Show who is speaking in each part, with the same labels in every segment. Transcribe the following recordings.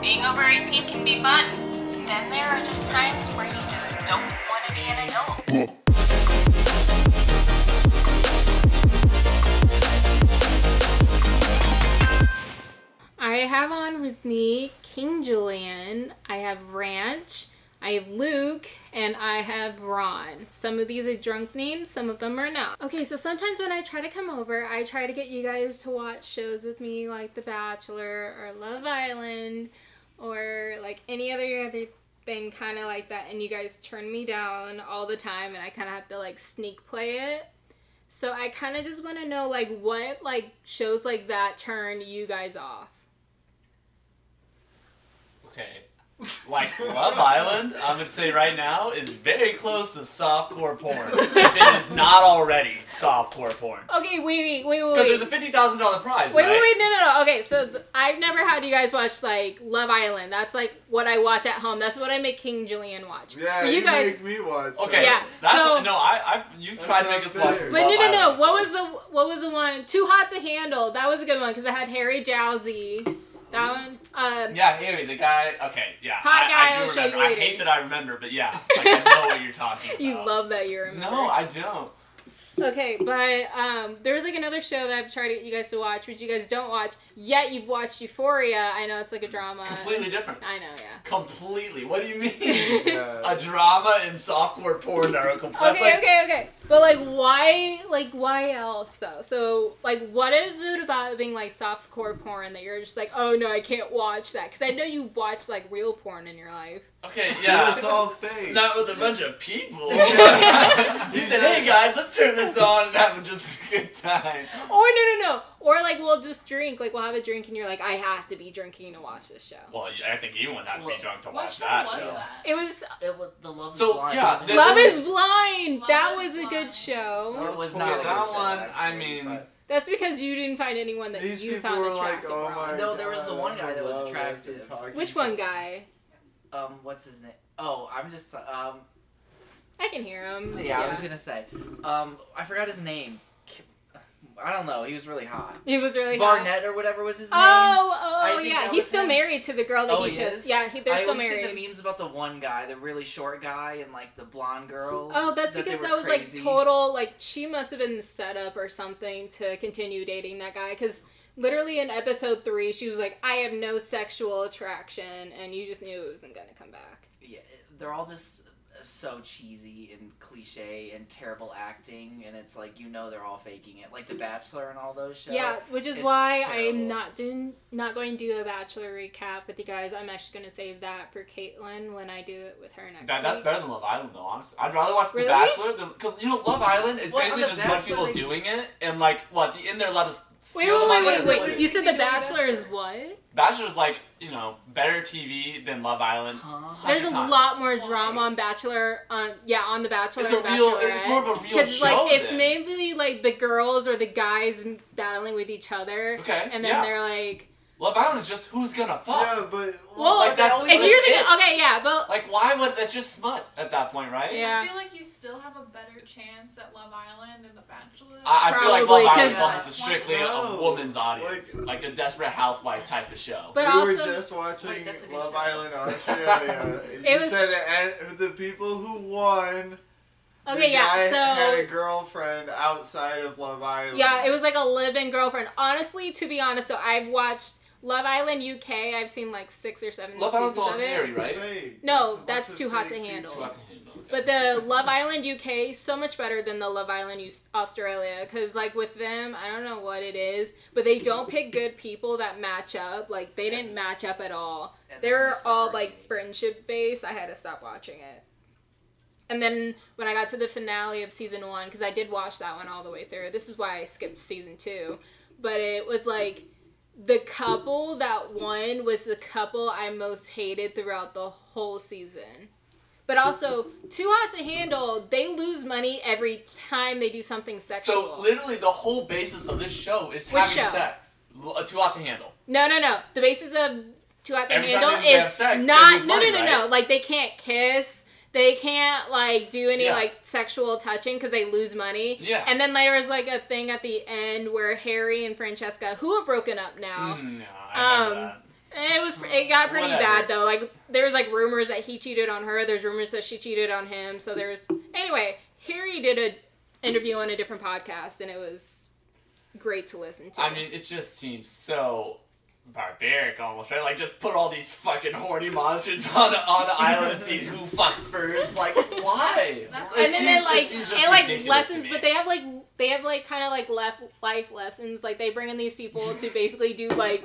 Speaker 1: Being over 18 can be fun. Then there are just times where you just don't want to be an adult.
Speaker 2: I have on with me King Julian, I have Ranch, I have Luke, and I have Ron. Some of these are drunk names, some of them are not. Okay, so sometimes when I try to come over, I try to get you guys to watch shows with me like The Bachelor or Love Island or like any other other thing kind of like that and you guys turn me down all the time and I kind of have to like sneak play it. So I kind of just want to know like what like shows like that turn you guys off.
Speaker 3: Okay. Like Love Island, I'm gonna say right now is very close to softcore porn. if it is not already softcore porn,
Speaker 2: Okay, wait, wait, wait, wait.
Speaker 3: because
Speaker 2: Wait.
Speaker 3: there's a fifty thousand dollar prize,
Speaker 2: Wait,
Speaker 3: right?
Speaker 2: wait, wait, no, no, no. Okay, so th- I've never had you guys watch like Love Island. That's like what I watch at home. That's what I make King Julian watch.
Speaker 4: Yeah,
Speaker 2: For
Speaker 4: you,
Speaker 2: you guys.
Speaker 4: make me watch.
Speaker 3: Okay,
Speaker 4: that.
Speaker 2: Yeah,
Speaker 3: that's
Speaker 2: so-
Speaker 3: no. I, I, you
Speaker 4: That's
Speaker 3: tried to
Speaker 4: not
Speaker 3: make us watch.
Speaker 4: fair.
Speaker 2: but
Speaker 3: Love
Speaker 2: no, no, no.
Speaker 3: Island.
Speaker 2: What was the what was the one? Too hot to handle. That was a good one because I had Harry Jowsey. That one. Um,
Speaker 3: Yeah, Harry, the guy. Okay, yeah.
Speaker 2: Hot
Speaker 3: I,
Speaker 2: guy,
Speaker 3: I do
Speaker 2: I'll show
Speaker 3: remember.
Speaker 2: you
Speaker 3: I
Speaker 2: later.
Speaker 3: hate that I remember, but yeah, like, I know what you're talking about.
Speaker 2: You love that you remember.
Speaker 3: No, I don't.
Speaker 2: Okay, but um, there was like another show that I've tried to get you guys to watch, which you guys don't watch yet. You've watched Euphoria. I know it's like a drama.
Speaker 3: Completely different.
Speaker 2: I know, yeah.
Speaker 3: Completely. What do you mean?
Speaker 4: Yeah.
Speaker 3: a drama and softcore porn are completely.
Speaker 2: Okay, okay, okay. But like, why, like, why else though? So, like, what is it about being like softcore porn that you're just like, oh no, I can't watch that? Because I know you watch like real porn in your life.
Speaker 3: Okay,
Speaker 4: But
Speaker 3: yeah.
Speaker 4: it's all fake.
Speaker 3: Not with a bunch of people.
Speaker 4: Yeah.
Speaker 3: you said, "Hey guys, let's turn this on and have just a good time."
Speaker 2: Or no, no, no. Or like, we'll just drink. Like, we'll have a drink, and you're like, I have to be drinking to watch this show.
Speaker 3: Well, I think you would have to be drunk to
Speaker 5: What
Speaker 3: watch
Speaker 5: show
Speaker 3: that
Speaker 5: was
Speaker 3: show.
Speaker 5: that?
Speaker 2: It was
Speaker 5: It was the Love
Speaker 3: So,
Speaker 5: is Blind.
Speaker 3: yeah,
Speaker 5: They
Speaker 3: the-
Speaker 5: had
Speaker 2: Love is Blind.
Speaker 5: Love
Speaker 2: that
Speaker 5: is
Speaker 2: was a
Speaker 5: Blind.
Speaker 2: good show.
Speaker 5: No.
Speaker 4: That
Speaker 5: was
Speaker 4: cool.
Speaker 5: not
Speaker 4: Yeah,
Speaker 5: a
Speaker 3: that
Speaker 5: good show,
Speaker 3: one, I
Speaker 4: actually,
Speaker 3: mean,
Speaker 4: but-
Speaker 2: That's because you didn't find anyone that
Speaker 4: These
Speaker 2: you
Speaker 4: people
Speaker 2: found
Speaker 4: were like,
Speaker 2: attractive.
Speaker 4: oh
Speaker 2: Ron."
Speaker 4: my
Speaker 5: No, there was
Speaker 4: God,
Speaker 5: the one
Speaker 4: I
Speaker 5: guy that was
Speaker 4: love what they're
Speaker 5: attractive.
Speaker 4: talking
Speaker 2: Which one
Speaker 4: about."
Speaker 2: guy?
Speaker 5: um, what's his name? Oh, I'm just um.
Speaker 2: I can hear him.
Speaker 5: Yeah, I was gonna say. Um, I forgot his name. K- I don't know. He was really hot.
Speaker 2: He was really hot.
Speaker 5: Barnett or whatever was his name.
Speaker 2: Oh,
Speaker 5: I
Speaker 2: oh,
Speaker 5: think
Speaker 2: yeah.
Speaker 5: that
Speaker 2: He's
Speaker 5: was
Speaker 2: still
Speaker 5: him.
Speaker 2: married to the girl that
Speaker 5: Oh,
Speaker 2: he
Speaker 5: he
Speaker 2: chose.
Speaker 5: is?
Speaker 2: Yeah, he, they're
Speaker 5: I
Speaker 2: still
Speaker 5: always see
Speaker 2: married.
Speaker 5: the memes about the one guy, the really short guy, and like the blonde girl.
Speaker 2: Oh, that's
Speaker 5: that they
Speaker 2: because
Speaker 5: were
Speaker 2: that was
Speaker 5: crazy.
Speaker 2: like total. Like she must have been set up or something to continue dating that guy. Because literally in episode three, she was like, "I have no sexual attraction," and you just knew it wasn't gonna come back.
Speaker 5: Yeah, they're all just so cheesy and cliche and terrible acting, and it's like you know they're all faking it, like The Bachelor and all those shows.
Speaker 2: yeah, which is
Speaker 5: it's
Speaker 2: why
Speaker 5: terrible.
Speaker 2: I'm not doing not going to do a bachelor recap with you guys. I'm actually gonna save that for Caitlin when I do it with her next.
Speaker 3: That, that's
Speaker 2: week.
Speaker 3: better than Love Island, though. Honestly, I'd rather watch
Speaker 2: Really?
Speaker 3: The Bachelor than because you know Love Island is
Speaker 5: Well, on
Speaker 3: basically
Speaker 5: The
Speaker 3: just a bunch of people
Speaker 5: Bachelor, they-
Speaker 3: doing it and like what the end there let us
Speaker 2: Wait,
Speaker 3: steal the
Speaker 2: wait,
Speaker 3: money.
Speaker 2: wait,
Speaker 3: is
Speaker 2: wait,
Speaker 3: what
Speaker 2: wait.
Speaker 3: it
Speaker 2: You
Speaker 3: is.
Speaker 2: said the Bachelor is what?
Speaker 3: Bachelor's like you know better TV than Love Island.
Speaker 5: Huh?
Speaker 2: There's a
Speaker 3: times.
Speaker 2: lot more drama on
Speaker 5: Twice.
Speaker 2: Bachelor, on yeah, on the Bachelor.
Speaker 3: It's a
Speaker 2: and
Speaker 3: real. It's
Speaker 2: Bachelorette.
Speaker 3: more of a real
Speaker 2: 'Cause,
Speaker 3: show.
Speaker 2: like it's
Speaker 3: then.
Speaker 2: mainly like the girls or the guys battling with each other,
Speaker 3: Okay.
Speaker 2: and then
Speaker 3: yeah.
Speaker 2: they're like,
Speaker 3: Love Island is just who's gonna fuck.
Speaker 4: Yeah, but
Speaker 2: "Well,
Speaker 3: Like, that's-
Speaker 2: if
Speaker 3: that's
Speaker 2: you're the
Speaker 3: it.
Speaker 2: okay, yeah, but
Speaker 3: Like why would that's just smut at that point, right?
Speaker 2: Yeah.
Speaker 6: I feel like you still have a better chance at Love Island than The Bachelor.
Speaker 3: I, I feel like
Speaker 2: Probably,
Speaker 3: Love Island's
Speaker 2: 'cause-
Speaker 3: almost is strictly
Speaker 4: No.
Speaker 3: a woman's audience,
Speaker 4: Like-
Speaker 3: like, a desperate housewife type of show.
Speaker 2: but
Speaker 4: we were
Speaker 2: also
Speaker 4: just watching
Speaker 5: Wait, that's a good
Speaker 4: Love
Speaker 5: show.
Speaker 4: Island Australia. and
Speaker 2: It
Speaker 4: you
Speaker 2: was-
Speaker 4: said it, and the people who won. the
Speaker 2: okay,
Speaker 4: guy had a
Speaker 2: yeah, so
Speaker 4: girlfriend outside of Love Island.
Speaker 2: yeah, it was like a live-in girlfriend. Honestly, to be honest, so I've watched Love Island UK. I've seen like six or seven
Speaker 3: Love
Speaker 2: seasons
Speaker 3: Island's all
Speaker 2: of it.
Speaker 3: Harry,
Speaker 4: It's
Speaker 3: right?
Speaker 4: fake.
Speaker 2: No,
Speaker 4: It's a
Speaker 2: that's
Speaker 4: bunch
Speaker 2: too
Speaker 4: of
Speaker 2: hot
Speaker 4: fake
Speaker 2: to handle.
Speaker 3: It's
Speaker 4: people.
Speaker 3: about to handle it.
Speaker 2: But the Love Island UK so much better than the Love Island Us- Australia because like with them, I don't know what it is, but they don't pick good people that match up. Like they didn't match up at all.
Speaker 5: And
Speaker 2: They
Speaker 5: then
Speaker 2: were
Speaker 5: it's
Speaker 2: all
Speaker 5: separated.
Speaker 2: like friendship based. I had to stop watching it. And then when I got to the finale of season one, because I did watch that one all the way through. This is why I skipped season two, but it was like the couple that won was the couple I most hated throughout the whole season. But also, too hot to handle. They lose money every time they do something sexual.
Speaker 3: So literally, the whole basis of this show is
Speaker 2: Which
Speaker 3: having
Speaker 2: show?
Speaker 3: sex. L- uh, too hot to handle.
Speaker 2: no, no, no. The basis of too hot to
Speaker 3: Every time
Speaker 2: handle
Speaker 3: they have
Speaker 2: is
Speaker 3: sex, they
Speaker 2: not.
Speaker 3: lose
Speaker 2: No,
Speaker 3: money,
Speaker 2: no, no, no. Like they can't kiss. They can't like do any
Speaker 3: Yeah.
Speaker 2: like sexual touching because they lose money.
Speaker 3: Yeah.
Speaker 2: And then there was like a thing at the end where Harry and Francesca, who are broken up now,
Speaker 3: Mm, no, I remember
Speaker 2: Um,
Speaker 3: that.
Speaker 2: It was it got pretty
Speaker 3: Whatever.
Speaker 2: bad though. Like there was like rumors that he cheated on her. There's rumors that she cheated on him. So there's anyway. Harry did a interview on a different podcast, and it was great to listen to.
Speaker 3: I mean, it just seems so barbaric almost, right? Like, just put all these fucking horny monsters on a, on an island and see who fucks first. Like, why?
Speaker 6: That's-
Speaker 2: and then they like
Speaker 3: seems- it seems
Speaker 2: they
Speaker 3: just
Speaker 2: like
Speaker 3: ridiculous
Speaker 2: lessons,
Speaker 3: to me.
Speaker 2: but they have like they have like kind of like left life lessons. Like they bring in these people to basically do like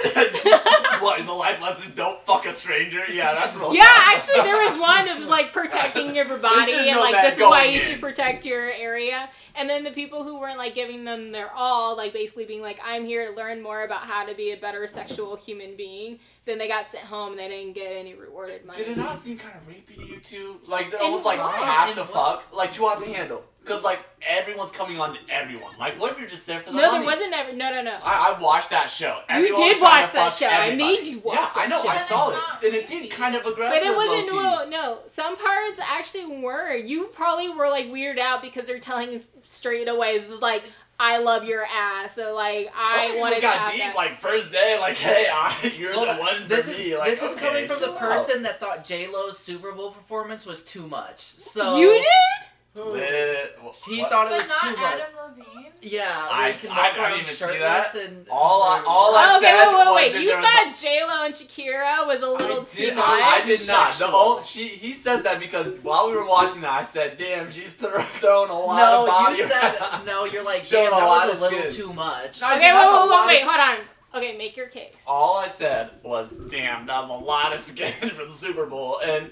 Speaker 3: what the life lesson? Don't fuck a stranger. Yeah, that's real.
Speaker 2: Yeah, actually, there was one of like protecting your body
Speaker 3: You should
Speaker 2: and
Speaker 3: know
Speaker 2: like
Speaker 3: that
Speaker 2: this is why
Speaker 3: going
Speaker 2: you
Speaker 3: in.
Speaker 2: should protect your area. And then the people who weren't like giving them their all, like basically being like, "I'm here to learn more about how to be a better sexual human being." Then they got sent home and they didn't get any rewarded money.
Speaker 3: Did it not seem kind of rapey to you two? Like they're
Speaker 2: In
Speaker 3: almost like
Speaker 2: what?
Speaker 3: half
Speaker 5: In
Speaker 3: to
Speaker 5: what?
Speaker 3: fuck, like two out to handle. Cause like everyone's coming on to everyone. Like what if you're just there for the
Speaker 2: no, there
Speaker 3: money?
Speaker 2: wasn't ever. No, no, no.
Speaker 3: I, I watched that show.
Speaker 2: You
Speaker 3: Everyone was
Speaker 2: did
Speaker 3: trying to
Speaker 2: watch that
Speaker 3: fuck
Speaker 2: show. I
Speaker 3: everybody.
Speaker 2: made you watch.
Speaker 3: Yeah,
Speaker 2: that
Speaker 3: I know.
Speaker 2: Show.
Speaker 3: I
Speaker 6: But
Speaker 3: saw
Speaker 6: it's
Speaker 3: it,
Speaker 6: not
Speaker 3: and it seemed
Speaker 6: rapey.
Speaker 3: kind of
Speaker 2: But
Speaker 3: aggressive.
Speaker 2: it wasn't no,
Speaker 3: low-key.
Speaker 2: no. Some parts actually were. You probably were like weirded out because they're telling us straight away, it's like, "I love your ass," so like,
Speaker 3: Some
Speaker 2: I
Speaker 3: people
Speaker 2: want to
Speaker 3: got
Speaker 2: have
Speaker 3: deep
Speaker 2: that.
Speaker 3: like first day, like hey, I, you're
Speaker 5: Hold
Speaker 3: the
Speaker 5: on.
Speaker 3: one for
Speaker 5: this
Speaker 3: me.
Speaker 5: Is,
Speaker 3: like,
Speaker 5: this is
Speaker 3: okay,
Speaker 5: coming from the
Speaker 3: chill out.
Speaker 5: person that thought J Lo's Super Bowl performance was too much. So
Speaker 2: you did?
Speaker 4: Who-
Speaker 3: Lit- wh-
Speaker 5: He
Speaker 3: what?
Speaker 5: thought it
Speaker 6: But
Speaker 5: was too
Speaker 6: not
Speaker 5: much.
Speaker 6: Adam Levine.
Speaker 5: Yeah,
Speaker 3: I-
Speaker 5: where you can
Speaker 3: I-
Speaker 5: walk
Speaker 3: I didn't
Speaker 5: around
Speaker 3: even see
Speaker 5: shirtless and
Speaker 3: All I, all I
Speaker 2: oh, okay, wait,
Speaker 3: said
Speaker 2: wait,
Speaker 3: was
Speaker 2: wait.
Speaker 3: that
Speaker 2: you
Speaker 3: there was
Speaker 2: thought J Lo and Shakira was a little
Speaker 3: I
Speaker 2: too
Speaker 3: did,
Speaker 2: much?
Speaker 3: I, I did not. The
Speaker 5: Sexual.
Speaker 3: old, she he says that because while we were watching that, I said, "Damn, she's thro- thrown a lot of
Speaker 5: no,
Speaker 3: body."
Speaker 5: you said no. You're like,
Speaker 3: Showing
Speaker 5: damn,
Speaker 3: a
Speaker 5: that
Speaker 3: lot
Speaker 5: was
Speaker 3: of
Speaker 5: a little
Speaker 3: skin.
Speaker 5: too much.
Speaker 3: No, I
Speaker 2: okay,
Speaker 3: said,
Speaker 2: whoa,
Speaker 3: "That's a
Speaker 2: whoa, whoa,
Speaker 3: lot
Speaker 2: wait,
Speaker 3: of-
Speaker 2: hold on. Okay, make your case.
Speaker 3: All I said was, "Damn, that was a lot of skin for the Super Bowl," and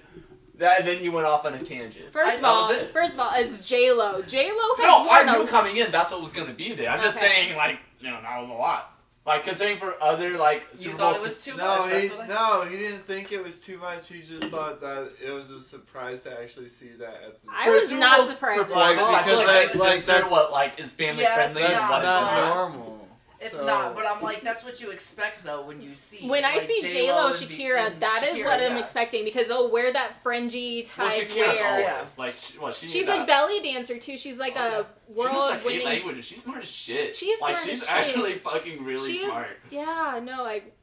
Speaker 3: that. And then he went off on a tangent.
Speaker 2: First of
Speaker 3: That was
Speaker 2: all,
Speaker 3: it.
Speaker 2: first of all, it's J Lo. J Lo has
Speaker 3: No, I
Speaker 2: worn
Speaker 3: knew
Speaker 2: a
Speaker 3: coming in that's what was going to be there. I'm just
Speaker 2: Okay.
Speaker 3: saying, like, you know, that was a lot. Like, considering for other, like,
Speaker 5: You
Speaker 3: Super
Speaker 5: thought
Speaker 3: Bowls.
Speaker 5: it was too
Speaker 4: No,
Speaker 5: much.
Speaker 4: he
Speaker 5: that's what I-
Speaker 4: no, he didn't think it was too much. He just thought that it was a surprise to actually see that at the.
Speaker 2: I
Speaker 3: for a
Speaker 2: was
Speaker 3: Super
Speaker 2: not
Speaker 3: Bowl
Speaker 2: surprised at
Speaker 3: performance,
Speaker 4: all.
Speaker 3: I feel
Speaker 4: Because,
Speaker 3: like,
Speaker 4: like, like,
Speaker 3: that's
Speaker 4: that's-
Speaker 3: what like is family
Speaker 5: Yeah, it's
Speaker 3: friendly and
Speaker 5: not-
Speaker 3: what
Speaker 4: That's
Speaker 3: is
Speaker 4: not
Speaker 5: not.
Speaker 4: normal.
Speaker 5: It's
Speaker 4: So-
Speaker 5: not, but I'm like, that's what you expect though when you see.
Speaker 2: When I
Speaker 5: like,
Speaker 2: see J Lo,
Speaker 5: J-Lo and be-
Speaker 2: Shakira,
Speaker 5: and
Speaker 2: that is
Speaker 5: Shakira,
Speaker 2: what I'm
Speaker 5: yeah.
Speaker 2: expecting because they'll wear that fringy
Speaker 3: Well,
Speaker 2: type
Speaker 3: Shakira's
Speaker 2: wear.
Speaker 3: always like, she, well, she
Speaker 2: She's
Speaker 3: not,
Speaker 2: like belly dancer too. She's like
Speaker 3: Oh, yeah.
Speaker 2: a
Speaker 3: She knows like
Speaker 2: world
Speaker 3: eight
Speaker 2: winning.
Speaker 3: languages. She's smart as shit.
Speaker 2: She is
Speaker 3: like
Speaker 2: smart
Speaker 3: she's
Speaker 2: as shit.
Speaker 3: actually fucking really
Speaker 2: She is-
Speaker 3: smart.
Speaker 2: Yeah, no, like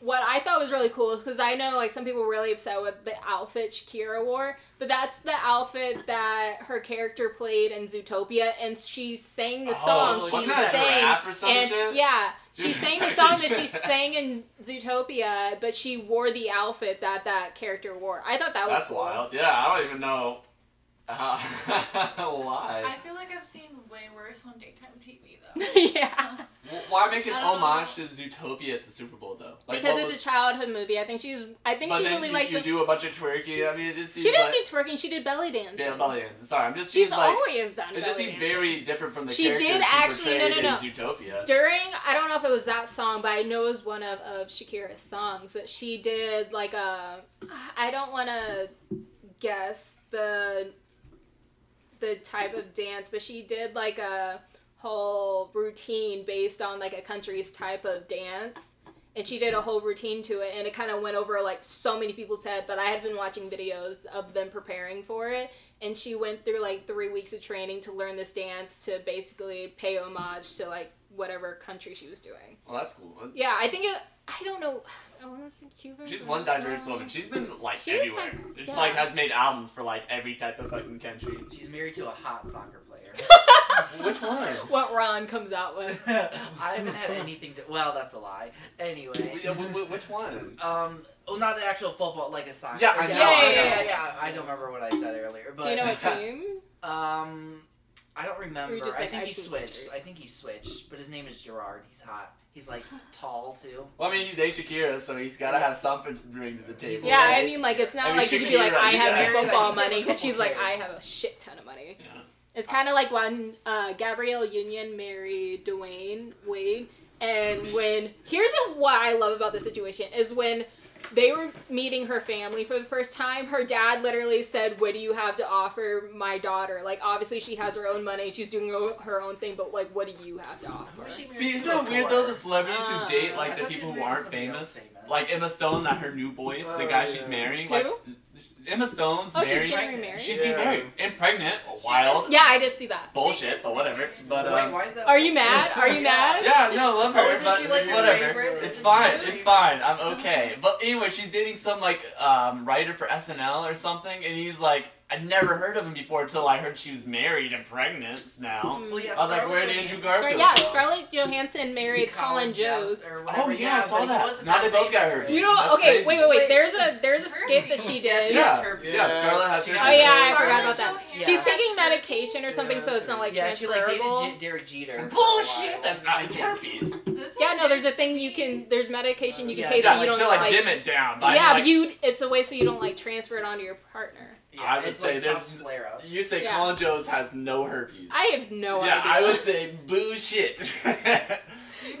Speaker 2: what I thought was really cool because I know like some people were really upset with the outfit Shakira wore, but that's the outfit that her character played in Zootopia, and she sang the
Speaker 3: Oh,
Speaker 2: song she
Speaker 3: wasn't that a
Speaker 2: sang.
Speaker 3: giraffe or some
Speaker 2: And
Speaker 3: shit?
Speaker 2: yeah, she
Speaker 3: Dude,
Speaker 2: sang the
Speaker 3: fucking
Speaker 2: song that she
Speaker 3: shit.
Speaker 2: sang in Zootopia, but she wore the outfit that that character wore. I thought that was
Speaker 3: That's
Speaker 2: cool.
Speaker 3: wild. Yeah, I don't even know how
Speaker 6: I
Speaker 3: why.
Speaker 6: feel like I've seen way worse on daytime TV though.
Speaker 2: yeah,
Speaker 3: W- Why make an
Speaker 6: I don't know.
Speaker 3: homage to Zootopia at the Super Bowl though? Like,
Speaker 2: because
Speaker 3: what
Speaker 2: it's
Speaker 3: was-
Speaker 2: a childhood movie. I think she was. I think
Speaker 3: but
Speaker 2: she
Speaker 3: then
Speaker 2: really
Speaker 3: you,
Speaker 2: liked
Speaker 3: you
Speaker 2: the.
Speaker 3: do a bunch of twerking. I mean, it just
Speaker 2: She
Speaker 3: seems
Speaker 2: didn't
Speaker 3: like
Speaker 2: do twerking. She did belly dancing.
Speaker 3: Yeah, belly dancing. Sorry, I'm just
Speaker 2: She's
Speaker 3: seems like
Speaker 2: always done.
Speaker 3: it
Speaker 2: belly
Speaker 3: just seemed
Speaker 2: dancing.
Speaker 3: very different from the
Speaker 2: She
Speaker 3: character
Speaker 2: did
Speaker 3: she
Speaker 2: actually- no,
Speaker 3: portrayed
Speaker 2: no,
Speaker 3: in
Speaker 2: no.
Speaker 3: Zootopia.
Speaker 2: during I don't know if it was that song, but I know it was one of, of Shakira's songs that she did like a I don't want to guess the the type of dance, but she did like a whole routine based on like a country's type of dance. And she did a whole routine to it, and it kind of went over like so many people's head. But I had been watching videos of them preparing for it, and she went through like three weeks of training to learn this dance to basically pay homage to like whatever country she was doing.
Speaker 3: Well, that's cool.
Speaker 2: Yeah, I think it. I don't know. I want to say Cuba.
Speaker 3: She's one diverse woman. She's been like
Speaker 2: She is
Speaker 3: everywhere.
Speaker 2: div-
Speaker 3: She's like
Speaker 2: yeah.
Speaker 3: has made albums for like every type of fucking country.
Speaker 5: She's married to a hot soccer player.
Speaker 3: Which one?
Speaker 2: What Ron comes out with.
Speaker 5: I haven't had anything to. Well, that's a lie. Anyway.
Speaker 3: Yeah, wh- wh- which one?
Speaker 5: Um, well, not an actual football, like a soccer.
Speaker 3: Yeah, I
Speaker 2: know,
Speaker 5: yeah,
Speaker 2: I
Speaker 5: yeah,
Speaker 2: know.
Speaker 5: yeah, yeah. I don't remember what I said earlier, but
Speaker 2: Do you know what team?
Speaker 5: um, I don't remember.
Speaker 2: just
Speaker 5: I
Speaker 2: like,
Speaker 5: think
Speaker 2: I've
Speaker 5: he
Speaker 2: seen
Speaker 5: switched.
Speaker 2: pictures.
Speaker 5: I think he switched, but his name is Gerard. He's hot. He's like tall too.
Speaker 3: Well, I mean, he's named Shakira, so he's got to have something to bring to the table.
Speaker 2: Yeah,
Speaker 5: I
Speaker 2: I
Speaker 5: just-
Speaker 2: mean, like it's not
Speaker 3: I mean,
Speaker 2: like you could be like,
Speaker 3: Shakira,
Speaker 2: I
Speaker 3: you
Speaker 2: have
Speaker 3: just-
Speaker 2: football
Speaker 5: like, you
Speaker 2: money
Speaker 5: have a
Speaker 2: because she's like, I
Speaker 5: couple
Speaker 2: have a shit ton of money.
Speaker 3: Yeah.
Speaker 2: It's kind of like when uh, Gabrielle Union married Dwayne Wade, and when here's a, what I love about the situation is when they were meeting her family for the first time. Her dad literally said, "What do you have to offer my daughter?" Like, obviously she has her own money, she's doing her- her own thing, but like, what do you have to offer?
Speaker 5: Who is she married
Speaker 3: See, isn't
Speaker 5: to
Speaker 3: that weird though?
Speaker 5: before?
Speaker 3: The celebrities
Speaker 2: Uh,
Speaker 3: who date
Speaker 5: I
Speaker 3: like the
Speaker 5: thought she
Speaker 3: people
Speaker 5: was
Speaker 3: who
Speaker 5: married to
Speaker 3: aren't
Speaker 5: somebody else
Speaker 3: famous. Like Emma Stone, not her new boy, the
Speaker 4: Oh,
Speaker 3: guy
Speaker 4: yeah.
Speaker 3: she's marrying.
Speaker 2: Who?
Speaker 3: Like Emma Stone's
Speaker 2: Oh, she's
Speaker 3: married.
Speaker 2: getting remarried?
Speaker 3: She's
Speaker 4: Yeah.
Speaker 3: getting married and pregnant.
Speaker 6: She
Speaker 3: Wild
Speaker 6: was-
Speaker 2: Yeah, I did see that.
Speaker 3: bullshit, but whatever. But
Speaker 5: Wait,
Speaker 3: um,
Speaker 5: why is that?
Speaker 2: Are you
Speaker 5: bullshit?
Speaker 2: mad? Are you mad?
Speaker 3: yeah, no, love her,
Speaker 5: Oh, isn't
Speaker 3: but
Speaker 5: she, like, your
Speaker 3: whatever.
Speaker 5: favorite?
Speaker 3: It's
Speaker 5: Isn't
Speaker 3: fine.
Speaker 5: she?
Speaker 3: It's fine. I'm okay. But anyway, she's dating some like um, writer for SNL or something, and he's like, I never heard of him before until I heard she was married and pregnant. Now,
Speaker 5: Well, yeah,
Speaker 3: I was like,
Speaker 5: Scarlett
Speaker 3: where did
Speaker 5: Johansson-
Speaker 3: Andrew
Speaker 2: Scar-
Speaker 3: Garfield?
Speaker 2: yeah, Scarlett Johansson married Colin Jost.
Speaker 5: or whatever,
Speaker 3: Oh yeah, I
Speaker 5: but
Speaker 3: saw
Speaker 5: he
Speaker 3: that.
Speaker 5: wasn't
Speaker 3: Now they
Speaker 5: that
Speaker 3: both got
Speaker 5: famous,
Speaker 3: her.
Speaker 5: right?
Speaker 2: You know,
Speaker 3: That's
Speaker 2: okay,
Speaker 3: crazy.
Speaker 2: wait, wait, wait.
Speaker 6: Wait.
Speaker 2: There's a there's a skit that she did.
Speaker 5: Yeah.
Speaker 3: Yeah,
Speaker 5: Scarlett
Speaker 3: yeah, Scarlett has
Speaker 5: She
Speaker 3: her.
Speaker 5: got
Speaker 2: Oh yeah, I
Speaker 6: Scarlett
Speaker 2: forgot about that.
Speaker 6: Johansson.
Speaker 2: She's taking
Speaker 6: Yeah.
Speaker 2: medication or something, so it's not like
Speaker 5: yeah, she like dated
Speaker 2: transferable.
Speaker 5: Je- Derek Jeter.
Speaker 3: Bullshit! That's not it's herpes.
Speaker 6: This
Speaker 2: yeah,
Speaker 6: one
Speaker 2: no, there's a
Speaker 6: is
Speaker 2: thing you can. There's medication you can
Speaker 5: Yeah,
Speaker 2: take,
Speaker 3: yeah,
Speaker 2: so you
Speaker 3: like,
Speaker 2: don't
Speaker 3: so, like,
Speaker 2: like.
Speaker 3: dim it down. But I
Speaker 2: yeah,
Speaker 3: mean, like,
Speaker 2: but you. It's a way so you don't like transfer it onto your partner.
Speaker 5: Yeah,
Speaker 3: I would
Speaker 5: it's
Speaker 3: say
Speaker 5: like
Speaker 3: there's-
Speaker 5: some flare-ups.
Speaker 3: you say
Speaker 2: Yeah.
Speaker 3: Colin Jones has no herpes.
Speaker 2: I have no
Speaker 3: yeah,
Speaker 2: idea.
Speaker 3: I would say bullshit. They're
Speaker 6: You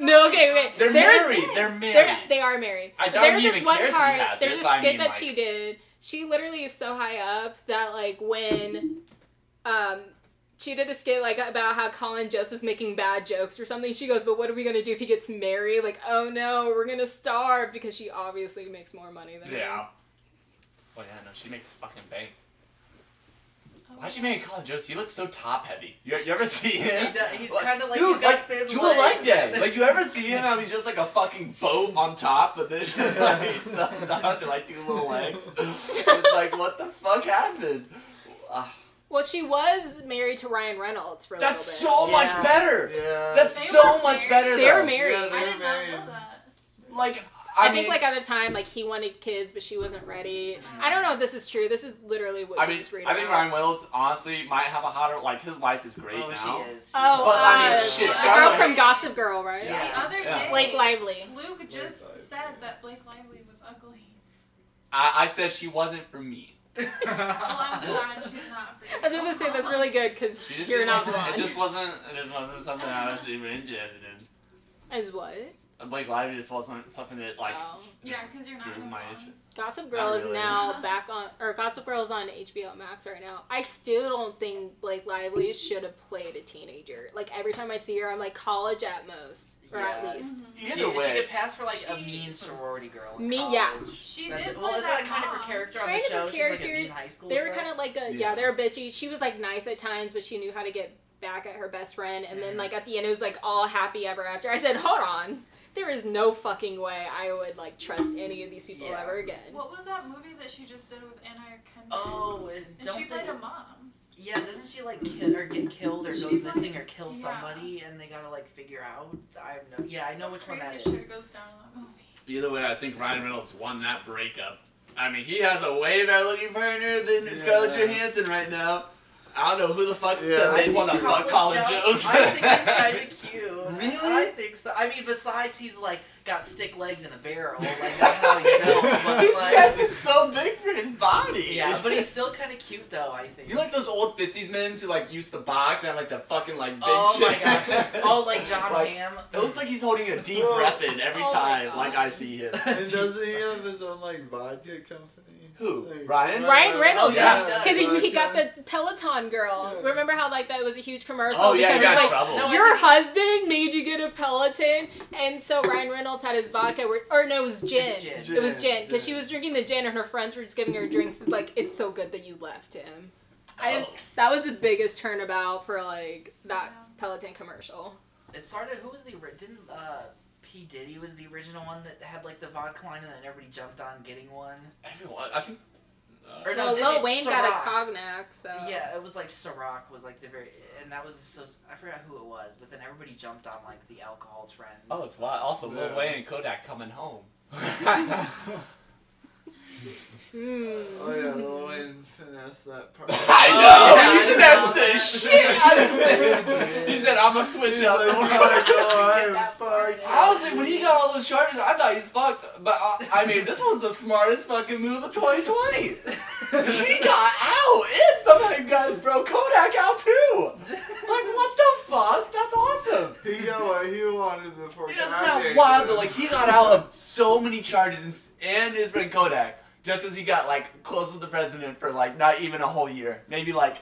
Speaker 2: No,
Speaker 6: know
Speaker 2: okay,
Speaker 6: they
Speaker 2: okay.
Speaker 6: are.
Speaker 2: There's-
Speaker 3: married. They're married.
Speaker 2: They're, they are married.
Speaker 3: I doubt
Speaker 2: there's
Speaker 3: he
Speaker 2: this
Speaker 3: even
Speaker 2: one
Speaker 3: cares if he
Speaker 2: part.
Speaker 3: has
Speaker 2: there's
Speaker 3: it,
Speaker 2: a
Speaker 3: but I
Speaker 2: skit
Speaker 3: mean,
Speaker 2: that
Speaker 3: like-
Speaker 2: she did. She literally is so high up that like when, um, she did the skit like about how Colin Jost is making bad jokes or something. She goes, "But what are we gonna do if he gets married? Like, oh no, we're gonna starve because she obviously makes more money than him.
Speaker 3: yeah. Well, yeah, no, she makes fucking bank. Why'd she marry Colin Jones? He looks so top heavy. You, you ever see him?
Speaker 5: He does- he's
Speaker 3: Like,
Speaker 5: kind of like
Speaker 3: dude,
Speaker 5: he's got thin
Speaker 3: you
Speaker 5: legs.
Speaker 3: will like that. Like you ever see him how he's just like a fucking boat on top, but then just like he's stuffed down to like two little legs. it's like what the fuck happened? Ah,
Speaker 2: Well, she was married to Ryan Reynolds for a
Speaker 3: that's
Speaker 2: little
Speaker 3: so
Speaker 5: Yeah.
Speaker 3: much better.
Speaker 4: Yeah.
Speaker 3: That's
Speaker 6: They
Speaker 3: so
Speaker 6: were
Speaker 3: much
Speaker 6: married.
Speaker 3: better.
Speaker 2: bit. They were
Speaker 3: though.
Speaker 2: married.
Speaker 4: Yeah,
Speaker 6: I
Speaker 4: They're
Speaker 6: did not know
Speaker 4: married.
Speaker 6: that.
Speaker 3: Like
Speaker 2: I,
Speaker 3: I, mean,
Speaker 2: think like at the time, like he wanted kids, but she wasn't ready. I don't know if this is true. This is literally what
Speaker 3: I
Speaker 2: you
Speaker 3: mean,
Speaker 2: just read.
Speaker 3: I think
Speaker 2: about.
Speaker 3: Ryan Reynolds honestly might have a hotter. Like his wife is great
Speaker 5: oh,
Speaker 3: now.
Speaker 5: she is.
Speaker 2: Oh,
Speaker 3: But, I
Speaker 2: uh,
Speaker 3: mean, shit,
Speaker 2: the
Speaker 3: Scarlett-
Speaker 2: girl from Gossip Girl, right?
Speaker 3: Yeah.
Speaker 6: The other
Speaker 3: Yeah.
Speaker 6: day,
Speaker 2: Blake Lively.
Speaker 6: Luke just
Speaker 4: Lively.
Speaker 6: said that Blake Lively was ugly.
Speaker 3: I, I said she wasn't for me.
Speaker 6: Well, I'm glad she's not for you.
Speaker 2: I was gonna say that's really good because
Speaker 3: She just
Speaker 2: you're not
Speaker 3: It
Speaker 2: blonde.
Speaker 3: just wasn't. It just wasn't something I was even interested in.
Speaker 2: As what?
Speaker 3: And Blake Lively just wasn't something that like.
Speaker 2: Wow.
Speaker 6: Yeah, because you're not
Speaker 3: Drew
Speaker 6: in the
Speaker 3: my
Speaker 6: Bronx.
Speaker 3: interest.
Speaker 2: Gossip Girl is
Speaker 3: really.
Speaker 2: now back on, or Gossip Girl is on HBO Max right now. I still don't think Blake Lively should have played a teenager. Like every time I see her, I'm like college at most, or
Speaker 5: Yeah.
Speaker 2: at least.
Speaker 6: Mhm.
Speaker 5: She,
Speaker 3: Either
Speaker 5: she
Speaker 3: way,
Speaker 5: could pass for like a
Speaker 6: She-
Speaker 5: mean sorority girl. in
Speaker 2: Me- yeah.
Speaker 5: college.
Speaker 6: She
Speaker 5: That's-
Speaker 6: did.
Speaker 5: Well,
Speaker 6: play
Speaker 5: is that
Speaker 6: that
Speaker 5: kind of
Speaker 6: mom.
Speaker 5: her character on
Speaker 2: Kind
Speaker 5: the
Speaker 2: of
Speaker 5: show?
Speaker 2: a
Speaker 5: She's like
Speaker 2: character-
Speaker 5: a mean high school.
Speaker 2: They were
Speaker 5: girl?
Speaker 2: kind of like a yeah.
Speaker 3: Yeah.
Speaker 2: they were bitchy. She was like nice at times, but she knew how to get back at her best friend. And
Speaker 5: Mm-hmm.
Speaker 2: then like at the end, it was like all happy ever after. I said, hold on, there is no fucking way I would like trust any of these people
Speaker 5: Yeah.
Speaker 2: ever again.
Speaker 6: What was that movie that she just did with Anna Kendrick?
Speaker 5: Oh, and
Speaker 6: and
Speaker 5: don't
Speaker 6: she played
Speaker 5: they-
Speaker 6: a mom.
Speaker 5: Yeah, doesn't she like kill or get killed or go
Speaker 6: She's
Speaker 5: missing
Speaker 6: like-
Speaker 5: or kill
Speaker 6: yeah.
Speaker 5: somebody and they gotta like figure out? I have no. Yeah, I know
Speaker 6: Some
Speaker 5: which one that
Speaker 6: crazy
Speaker 5: is.
Speaker 6: Shit goes down in that movie.
Speaker 3: either way, I think Ryan Reynolds won that breakup. I mean, he has a way better looking partner than
Speaker 4: Yeah.
Speaker 3: Scarlett Johansson right now. I don't know who the fuck
Speaker 4: Yeah.
Speaker 3: said they want to fuck Colin Jones.
Speaker 5: I think he's kind of cute.
Speaker 3: Really?
Speaker 5: I think so. I mean, besides he's like got stick legs and a barrel. Like that's how he's built. But,
Speaker 3: His
Speaker 5: like,
Speaker 3: chest is so big for his body.
Speaker 5: yeah, but he's still kind of cute though. I think.
Speaker 3: You like those old fifties men who like used to box and have like the fucking like big
Speaker 5: Oh my
Speaker 3: chest?
Speaker 5: gosh. Oh, like John
Speaker 3: Like,
Speaker 5: Hamm.
Speaker 3: It looks like he's holding a deep breath in every
Speaker 2: Oh my
Speaker 3: time
Speaker 2: God.
Speaker 3: like I see him.
Speaker 4: And doesn't he have his own like vodka company?
Speaker 3: Who?
Speaker 4: Like, uh,
Speaker 3: Ryan?
Speaker 2: Ryan Reynolds,
Speaker 3: Oh, yeah,
Speaker 5: he does.
Speaker 2: because he, he
Speaker 4: vodka.
Speaker 2: got the Peloton girl.
Speaker 4: Yeah.
Speaker 2: Remember how like that was a huge commercial?
Speaker 3: Oh
Speaker 2: because
Speaker 3: yeah, you got
Speaker 2: it's
Speaker 3: in
Speaker 2: like,
Speaker 3: trouble.
Speaker 5: No, I
Speaker 2: your
Speaker 5: think-
Speaker 2: husband made you get a Peloton, and so Ryan Reynolds had his vodka, where- or no, it was gin.
Speaker 5: It's gin.
Speaker 2: It was gin because she
Speaker 4: Gin.
Speaker 2: was drinking the gin, and her friends were just giving her drinks. Like it's so good that you left him. I
Speaker 3: Oh.
Speaker 2: that was the biggest turnabout for like that
Speaker 6: Yeah.
Speaker 2: Peloton commercial.
Speaker 5: It started. Who was the ori- didn't uh P Diddy was the original one that had like the vodka line and then everybody jumped on getting one.
Speaker 3: Everyone, I think. uh,
Speaker 5: Or no,
Speaker 2: well,
Speaker 5: did
Speaker 2: Lil
Speaker 5: it-
Speaker 2: Wayne got a
Speaker 5: Ciroc.
Speaker 2: cognac, so
Speaker 5: Yeah, it was like Ciroc was like the very, and that was so I forgot who it was, but then everybody jumped on like the alcohol trend.
Speaker 3: Oh, it's wild. Also,
Speaker 4: Yeah.
Speaker 3: Lil Wayne and Kodak coming home.
Speaker 2: Mm.
Speaker 4: Oh yeah, Lil Wayne finessed that part.
Speaker 3: I
Speaker 5: Oh,
Speaker 3: know.
Speaker 5: yeah, I
Speaker 3: you
Speaker 5: know
Speaker 3: that's the
Speaker 5: that.
Speaker 3: shit out of me. he said, "I'ma switch
Speaker 4: He's
Speaker 3: up."
Speaker 4: like,
Speaker 3: the
Speaker 4: you
Speaker 3: world."
Speaker 4: gotta go
Speaker 5: That
Speaker 4: out and fuck.
Speaker 3: I was like, when he got all those charges, I thought he's fucked. But uh, I mean, this was the smartest fucking move of 2020. he got out, and somehow you guys bro Kodak out too. Like, what the fuck? That's awesome.
Speaker 4: He uh, got what he wanted before.
Speaker 3: It's not
Speaker 4: Kanye
Speaker 3: wild
Speaker 4: did.
Speaker 3: though. Like he got out of so many charges and, s- and his friend Kodak just as he got like close to the president for like not even a whole year, maybe like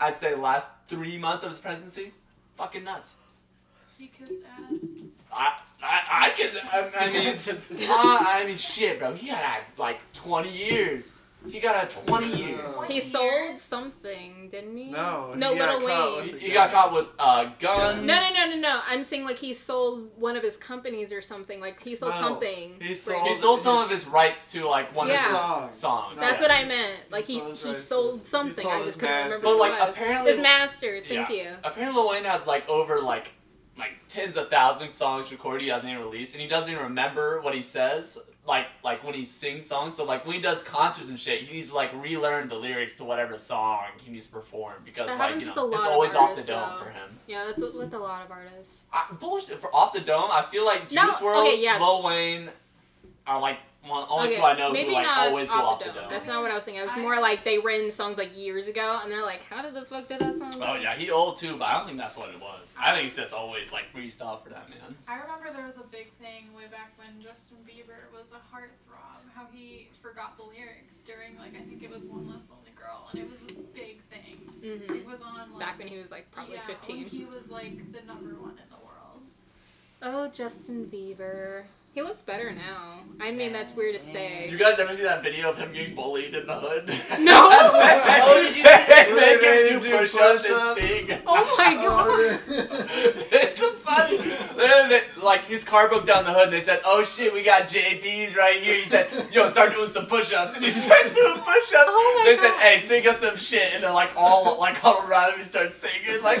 Speaker 3: I'd say the last three months of his presidency. Fucking nuts.
Speaker 6: He kissed ass.
Speaker 3: I, I, I can. I, I mean, Ah, I mean, shit, bro. He got out like 20 years. He got out 20 years.
Speaker 6: What
Speaker 2: He
Speaker 6: year?
Speaker 2: sold something, didn't he?
Speaker 4: No,
Speaker 2: No,
Speaker 4: he got
Speaker 2: Lil
Speaker 4: caught
Speaker 2: Wayne.
Speaker 4: with
Speaker 3: He got caught with uh, guns.
Speaker 2: No, no, no, no, no. I'm saying like he sold one of his companies or something. Like he sold
Speaker 4: No,
Speaker 2: something.
Speaker 4: he
Speaker 2: for-
Speaker 4: sold-
Speaker 3: He sold some of his rights to like one
Speaker 2: Yeah.
Speaker 3: of his
Speaker 4: Songs.
Speaker 3: songs.
Speaker 2: That's
Speaker 4: No.
Speaker 2: what I meant. Like he
Speaker 4: He
Speaker 2: he
Speaker 4: sold
Speaker 2: sold,
Speaker 4: his rights. He
Speaker 2: something.
Speaker 4: sold
Speaker 2: I
Speaker 4: his
Speaker 2: just couldn't
Speaker 4: masters.
Speaker 2: remember.
Speaker 3: But
Speaker 2: what it
Speaker 3: like
Speaker 2: was.
Speaker 3: apparently,
Speaker 2: his masters. Thank you.
Speaker 3: apparently Lil Wayne has like over like like tens of thousands of songs recorded he hasn't even released, and he doesn't even remember what he says. Like like when he sings songs, so like when he does concerts and shit, he needs to like relearn the lyrics to whatever song he needs to perform because
Speaker 2: That
Speaker 3: like
Speaker 2: happens
Speaker 3: you
Speaker 2: with
Speaker 3: know
Speaker 2: a lot
Speaker 3: it's
Speaker 2: of
Speaker 3: always off the
Speaker 2: artists,
Speaker 3: dome
Speaker 2: though.
Speaker 3: for him.
Speaker 2: Yeah, that's with a lot of artists.
Speaker 3: I, bullshit for off the dome. I feel like Juice
Speaker 2: No,
Speaker 3: World,
Speaker 2: okay, yeah.
Speaker 3: Lil Wayne are like one, only
Speaker 2: okay,
Speaker 3: two I know
Speaker 2: maybe
Speaker 3: who like
Speaker 2: not
Speaker 3: always
Speaker 2: off
Speaker 3: go off the dome.
Speaker 2: That's not what I was thinking. I was more like they written songs like years ago, and they're like, "How did the fuck did that song?" go?"
Speaker 3: Oh yeah, he old too, but I don't think that's what it was. I think it's just always like freestyle for that man.
Speaker 6: I remember there was a big thing way back when Justin Bieber was a heartthrob, how he forgot the lyrics during like I think it was One Less Lonely Girl, and it was this big thing.
Speaker 2: Mhm.
Speaker 6: It was on like
Speaker 2: Back when he was like probably
Speaker 6: yeah, when
Speaker 2: 15.
Speaker 6: he was like the number one in the world.
Speaker 2: Oh, Justin Bieber. He looks better now. I mean, that's weird to say.
Speaker 3: You guys ever see that video of him getting bullied in the hood?
Speaker 2: No!
Speaker 4: Oh,
Speaker 5: did you see that?
Speaker 3: And they
Speaker 4: Wait,
Speaker 3: can
Speaker 4: wait,
Speaker 3: do
Speaker 4: do
Speaker 3: push-ups
Speaker 4: push-ups?
Speaker 3: and sing.
Speaker 2: Oh my god.
Speaker 4: Oh,
Speaker 3: it's the funny. Then they- like his car broke down the hood, and they said, "Oh shit, we got JP's right here." He said, "Yo, start doing some push-ups," and he starts doing push-ups.
Speaker 2: Oh my
Speaker 3: they
Speaker 2: God.
Speaker 3: said, "Hey, sing us some shit," and then like all like all around him, he starts singing like.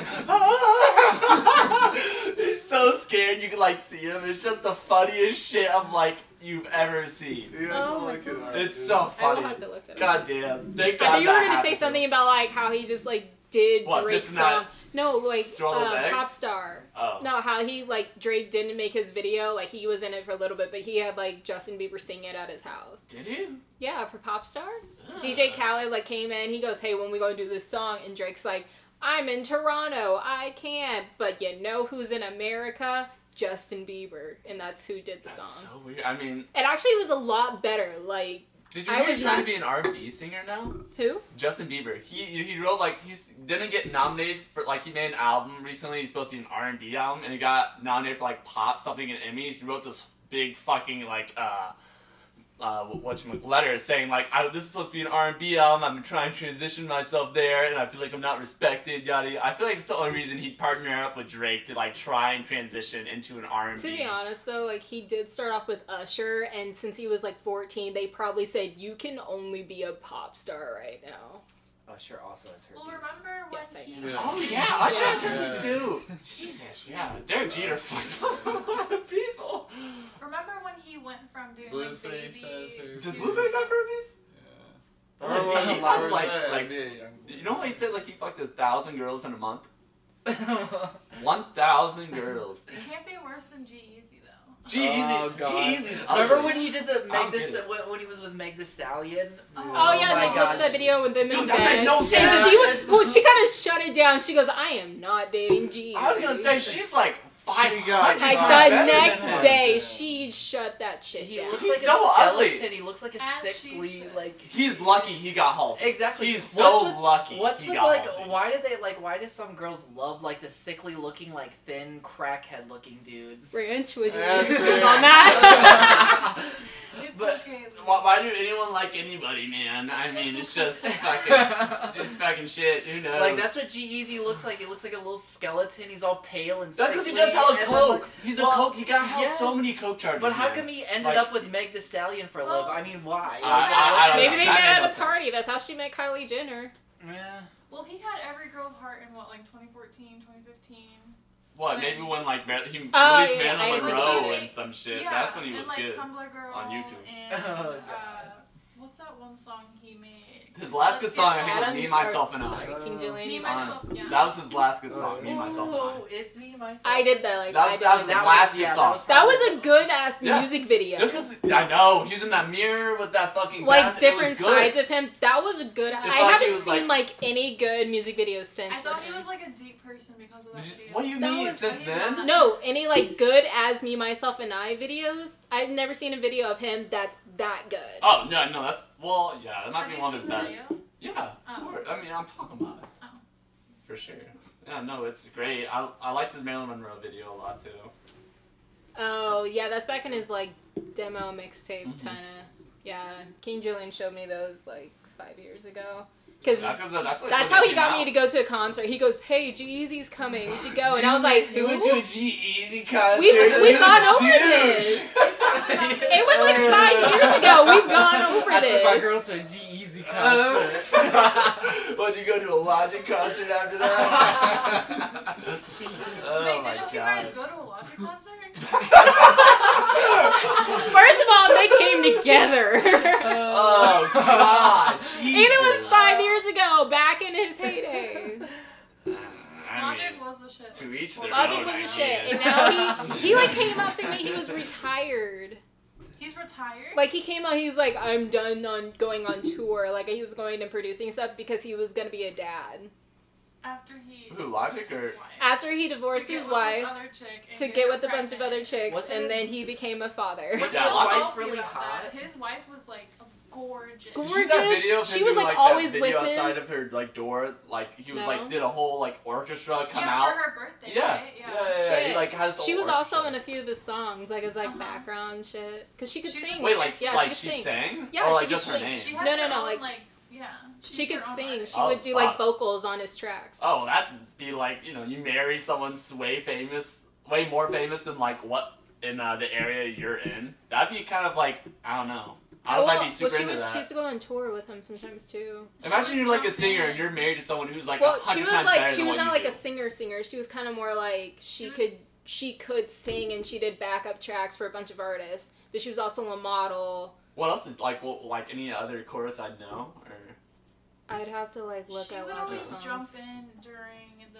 Speaker 3: He's so scared. You can like see him. It's just the funniest shit I'm like you've ever seen.
Speaker 4: You have
Speaker 2: Oh
Speaker 4: to
Speaker 2: my
Speaker 4: look it
Speaker 2: God.
Speaker 4: up,
Speaker 3: It's
Speaker 4: dude.
Speaker 3: so
Speaker 2: I will
Speaker 3: funny.
Speaker 2: have to look that up.
Speaker 3: God damn. Thank
Speaker 2: I
Speaker 3: God
Speaker 2: thought you were going to
Speaker 3: that
Speaker 2: say
Speaker 3: happened.
Speaker 2: something about like how he just like did
Speaker 3: What,
Speaker 2: Drake's
Speaker 3: just not
Speaker 2: song. No, like
Speaker 3: draw his
Speaker 2: uh,
Speaker 3: eggs?
Speaker 2: pop star.
Speaker 3: Oh.
Speaker 2: No, how he like Drake didn't make his video. Like he was in it for a little bit, but he had like Justin Bieber sing it at his house.
Speaker 3: Did you?
Speaker 2: Yeah, for pop star.
Speaker 3: Ah.
Speaker 2: DJ Khaled like came in. He goes, "Hey, when we gonna do this song?" And Drake's like, "I'm in Toronto. I can't." But you know who's in America? Justin Bieber, and that's who did the
Speaker 3: That's
Speaker 2: song.
Speaker 3: so weird. I mean,
Speaker 2: It actually was a lot better. Like
Speaker 3: did you
Speaker 2: I
Speaker 3: know
Speaker 2: was
Speaker 3: he's trying
Speaker 2: not-
Speaker 3: to be an R&B singer now?
Speaker 2: who?
Speaker 3: Justin Bieber. He he wrote like he's didn't get nominated for like he made an album recently. He's supposed to be an R and B album, and he got nominated for like pop something in Emmys. He wrote this big fucking like uh. Uh, what letter saying like I, this is supposed to be an R and B album. I've been trying to transition myself there, and I feel like I'm not respected. Yada. yada. I feel like it's the only reason he'd partner up with Drake to like try and transition into an R and B.
Speaker 2: To be honest, though, like he did start off with Usher, and since he was like 14, they probably said you can only be a pop star right now.
Speaker 5: Usher also has herpes.
Speaker 6: Well, remember when
Speaker 2: Yes, I
Speaker 6: he?
Speaker 2: know.
Speaker 4: Yeah.
Speaker 3: Oh yeah, Usher has
Speaker 4: Yeah.
Speaker 3: herpes
Speaker 4: Yeah.
Speaker 3: too. Jesus, yeah. Derek Jeter fucks up a lot of people.
Speaker 6: Remember when he went from doing like
Speaker 4: Blueface has
Speaker 6: baby?
Speaker 4: herpes.
Speaker 3: Did
Speaker 6: to-
Speaker 3: Blueface have herpes?
Speaker 4: Yeah.
Speaker 3: Or
Speaker 4: Or
Speaker 3: he
Speaker 4: when-
Speaker 3: fucks
Speaker 4: or
Speaker 3: like-
Speaker 4: when
Speaker 3: like-
Speaker 4: be a young boy.
Speaker 3: You know how he said like he fucked a thousand girls in a month?
Speaker 5: Remember?
Speaker 3: One thousand girls.
Speaker 6: It can't be worse than G Easy though.
Speaker 3: G
Speaker 5: Oh,
Speaker 3: Easy.
Speaker 5: God.
Speaker 3: G Easy's
Speaker 5: Remember when he did the
Speaker 3: I'm
Speaker 5: Meg the
Speaker 3: kidding.
Speaker 5: Sta- when, when he was with Meg the Stallion?
Speaker 6: Oh,
Speaker 2: Oh, yeah,
Speaker 5: my
Speaker 2: they posted
Speaker 5: gosh.
Speaker 2: that video with them in
Speaker 3: Dude, that
Speaker 2: bed.
Speaker 3: made no
Speaker 2: And
Speaker 5: sense.
Speaker 2: she was, well, she kind of shut it down. She goes, "I am not dating G." E.
Speaker 3: I was gonna say she's like five
Speaker 4: She got-
Speaker 3: hundred
Speaker 2: Like
Speaker 3: times
Speaker 4: She's
Speaker 2: the
Speaker 3: better
Speaker 2: next
Speaker 3: than him.
Speaker 2: day,
Speaker 4: Yeah.
Speaker 2: she shut that shit
Speaker 5: He
Speaker 2: down.
Speaker 5: looks
Speaker 3: He's
Speaker 5: like
Speaker 3: so
Speaker 5: a
Speaker 3: ugly.
Speaker 5: skeleton. He looks like a
Speaker 6: As she
Speaker 5: sickly
Speaker 6: should.
Speaker 5: like.
Speaker 3: He's lucky he got Halsey.
Speaker 5: Exactly.
Speaker 3: He's
Speaker 5: What's
Speaker 3: so
Speaker 5: with-
Speaker 3: lucky.
Speaker 5: What's
Speaker 3: he
Speaker 5: with
Speaker 3: got
Speaker 5: like?
Speaker 3: Halsey.
Speaker 5: Why do they like? Why do some girls love like the sickly looking, like thin crackhead looking dudes?
Speaker 2: Ranch, would you
Speaker 4: That's
Speaker 2: speak
Speaker 4: it.
Speaker 2: on that?
Speaker 6: It's
Speaker 3: But-
Speaker 6: okay.
Speaker 3: why? Why do anyone like anybody, man? I mean, it's just fucking, just fucking shit. Who knows?
Speaker 5: Like that's what G Easy looks like. He looks like a little skeleton. He's all pale and.
Speaker 3: That's because he
Speaker 5: sickly,
Speaker 3: does hella
Speaker 5: and then,
Speaker 3: coke.
Speaker 5: like-
Speaker 3: He's
Speaker 5: well,
Speaker 3: a coke. He got hella
Speaker 5: yeah.
Speaker 3: so many coke charges.
Speaker 5: But how
Speaker 3: man.
Speaker 5: come he ended
Speaker 3: Like-
Speaker 5: up with Meg the Stallion for a little?
Speaker 6: Oh.
Speaker 5: bit? I mean, why?
Speaker 3: I- I- I don't
Speaker 2: Maybe
Speaker 3: know.
Speaker 2: they met
Speaker 3: That made
Speaker 2: at
Speaker 3: no
Speaker 2: a
Speaker 3: sense.
Speaker 2: party. That's how she met Kylie Jenner.
Speaker 5: Yeah.
Speaker 6: Well, he had every girl's heart in what, like 2014, 2015?
Speaker 3: What? Maybe when like Mar- he
Speaker 2: Oh,
Speaker 3: released
Speaker 2: yeah, I didn't
Speaker 3: Marilyn
Speaker 6: look
Speaker 3: Monroe
Speaker 6: at it.
Speaker 3: and some shit.
Speaker 6: yeah,
Speaker 3: That's when he
Speaker 6: and,
Speaker 3: was
Speaker 6: like,
Speaker 3: good.
Speaker 6: Tumblr Girl
Speaker 3: on YouTube.
Speaker 6: And,
Speaker 5: Oh,
Speaker 6: Uh,
Speaker 5: God.
Speaker 6: what's that one song he made?
Speaker 3: His last good song, I think, was
Speaker 2: Adams
Speaker 3: Me,
Speaker 2: or-
Speaker 3: Myself, and I.
Speaker 2: Sorry, King
Speaker 4: Uh,
Speaker 2: Julian.
Speaker 6: Me, Myself,
Speaker 3: Honest,
Speaker 6: yeah.
Speaker 3: that was his last good song.
Speaker 4: Oh,
Speaker 3: Me, Myself, and
Speaker 5: Ooh, it's me myself.
Speaker 2: I did that. Like
Speaker 3: That was-
Speaker 2: I did.
Speaker 3: that was
Speaker 2: that.
Speaker 3: his last
Speaker 5: yeah,
Speaker 3: hit
Speaker 5: that
Speaker 3: song.
Speaker 5: was
Speaker 2: That
Speaker 5: probably-
Speaker 2: was a good ass
Speaker 3: Yeah.
Speaker 2: music video.
Speaker 3: I. Just because I know he's in that mirror with that fucking
Speaker 2: like
Speaker 3: bath,
Speaker 2: different
Speaker 3: it was good.
Speaker 2: sides of him. That was a good. I
Speaker 3: like he
Speaker 2: haven't
Speaker 3: was,
Speaker 2: seen like, any good music videos since.
Speaker 6: I
Speaker 2: for
Speaker 6: thought he
Speaker 2: him.
Speaker 6: was like a deep person because of that
Speaker 3: You just-
Speaker 6: video.
Speaker 3: What do you
Speaker 2: That
Speaker 3: mean?
Speaker 2: was-
Speaker 3: Since
Speaker 6: he's
Speaker 3: then,
Speaker 6: not-
Speaker 2: no any like good as me myself and I videos. I've never seen a video of him that's that good.
Speaker 3: oh no, no, that's well, yeah, that might
Speaker 6: Have
Speaker 3: be
Speaker 6: you
Speaker 3: one of his
Speaker 6: seen the
Speaker 3: best.
Speaker 6: video?
Speaker 3: Yeah, of
Speaker 6: Oh.
Speaker 3: course. I mean, I'm talking about it
Speaker 6: Oh.
Speaker 3: for sure. Yeah, no, it's great. I I liked his Marilyn Monroe video a lot too.
Speaker 2: Oh yeah, that's back in his like demo mixtape
Speaker 3: Mhm.
Speaker 2: kind of. Yeah, King Julian showed me those like five years ago. Cause
Speaker 3: That's, 'cause the- that's, like,
Speaker 2: that's
Speaker 3: when
Speaker 2: how
Speaker 3: they
Speaker 2: he
Speaker 3: came
Speaker 2: got
Speaker 3: out.
Speaker 2: me to go to a concert. He goes, "Hey, G-Eazy's coming, we should go," and I was like,
Speaker 3: He went to
Speaker 2: "Ooh."
Speaker 3: a G Easy concert.
Speaker 2: We've- we've gone over
Speaker 3: Douche.
Speaker 2: this.
Speaker 6: about this.
Speaker 2: It was like five years ago. We've gone over
Speaker 5: I took my
Speaker 2: this.
Speaker 5: girl to a G Easy concert.
Speaker 3: Uh, What'd you go to a Logic concert after that?
Speaker 6: Wait,
Speaker 3: oh my
Speaker 6: didn't you guys
Speaker 3: god.
Speaker 6: go to a Logic concert?
Speaker 2: First of all, they came together.
Speaker 3: Oh god.
Speaker 2: And
Speaker 3: Jesus.
Speaker 2: it was five years ago, back in his heyday.
Speaker 3: I
Speaker 6: Logic
Speaker 3: mean,
Speaker 6: was the shit.
Speaker 3: to each their
Speaker 2: Logic
Speaker 6: Oh,
Speaker 3: own,
Speaker 2: was
Speaker 3: I
Speaker 2: a
Speaker 3: guess.
Speaker 2: shit, and now he he like came out saying that he was retired.
Speaker 6: He's retired.
Speaker 2: Like he came out, he's like, I'm done on going on tour. Like he was going to producing stuff because he was gonna be a dad
Speaker 6: after he
Speaker 3: Who, Logic
Speaker 6: divorced his
Speaker 3: or-
Speaker 6: wife.
Speaker 2: after he
Speaker 6: To
Speaker 2: divorced
Speaker 6: get
Speaker 2: his
Speaker 6: with
Speaker 2: wife
Speaker 6: this other chick and
Speaker 2: to get with a
Speaker 6: her
Speaker 2: bunch of other
Speaker 6: pregnant.
Speaker 2: chicks,
Speaker 5: Wasn't
Speaker 2: and
Speaker 5: his-
Speaker 2: then he became a father.
Speaker 5: What's
Speaker 3: Yeah,
Speaker 5: his
Speaker 3: Logic-
Speaker 5: wife
Speaker 6: really
Speaker 5: really
Speaker 6: hot.
Speaker 5: hot?
Speaker 6: His wife was like gorgeous.
Speaker 2: Gorgeous.
Speaker 3: She's that video of
Speaker 2: She
Speaker 3: him
Speaker 2: was,
Speaker 3: doing,
Speaker 2: like,
Speaker 3: like,
Speaker 2: always
Speaker 3: that video
Speaker 2: with him.
Speaker 3: outside of her like door. Like he was
Speaker 2: No.
Speaker 3: like did a whole like orchestra come
Speaker 6: yeah,
Speaker 3: out.
Speaker 6: for her birthday,
Speaker 3: yeah.
Speaker 6: right?
Speaker 3: yeah, yeah, yeah. He
Speaker 2: Shit.
Speaker 3: like has. a
Speaker 2: She was
Speaker 3: whole
Speaker 2: also
Speaker 3: orchestra.
Speaker 2: in a few of his songs, like as like
Speaker 6: Uh-huh.
Speaker 2: background shit, cause she could
Speaker 6: She's
Speaker 2: sing.
Speaker 6: a-
Speaker 3: Wait, like
Speaker 2: yeah,
Speaker 3: like
Speaker 2: she
Speaker 3: she,
Speaker 2: could sing.
Speaker 3: sang?
Speaker 2: Yeah,
Speaker 3: or
Speaker 2: she
Speaker 3: like
Speaker 2: could
Speaker 3: just her
Speaker 2: sing.
Speaker 3: name.
Speaker 6: She has
Speaker 2: No,
Speaker 6: her
Speaker 2: no, no,
Speaker 6: own,
Speaker 2: like-
Speaker 6: yeah. she's
Speaker 2: She could
Speaker 6: her own
Speaker 2: sing.
Speaker 6: artist.
Speaker 2: She
Speaker 3: Oh,
Speaker 2: would do like
Speaker 3: fuck.
Speaker 2: vocals on his tracks.
Speaker 3: Oh, that'd be like you know you marry someone s- way famous, way more famous than like what in uh, the area you're in. That'd be kind of like I don't know. I would
Speaker 2: well,
Speaker 3: might be super
Speaker 2: well, she
Speaker 3: into
Speaker 2: would,
Speaker 3: that.
Speaker 2: She used to go on tour with him sometimes too.
Speaker 3: Imagine you're like a
Speaker 6: Jump
Speaker 3: singer
Speaker 6: in.
Speaker 3: and you're married to someone who's like a
Speaker 2: well,
Speaker 3: hundred
Speaker 2: she was
Speaker 3: times
Speaker 2: like
Speaker 3: better
Speaker 2: she
Speaker 3: than
Speaker 2: was
Speaker 3: what
Speaker 2: not
Speaker 3: you
Speaker 2: like
Speaker 3: do.
Speaker 2: a singer singer. She was kind of more like she
Speaker 6: She was-
Speaker 2: could she could sing and she did backup tracks for a bunch of artists, but she was also a model.
Speaker 3: What else? Did, like what? Like any other chorus I'd know? Or
Speaker 2: I'd have to like look
Speaker 6: she
Speaker 2: at
Speaker 6: would
Speaker 2: Logic
Speaker 6: always
Speaker 2: songs.
Speaker 6: jump in during the.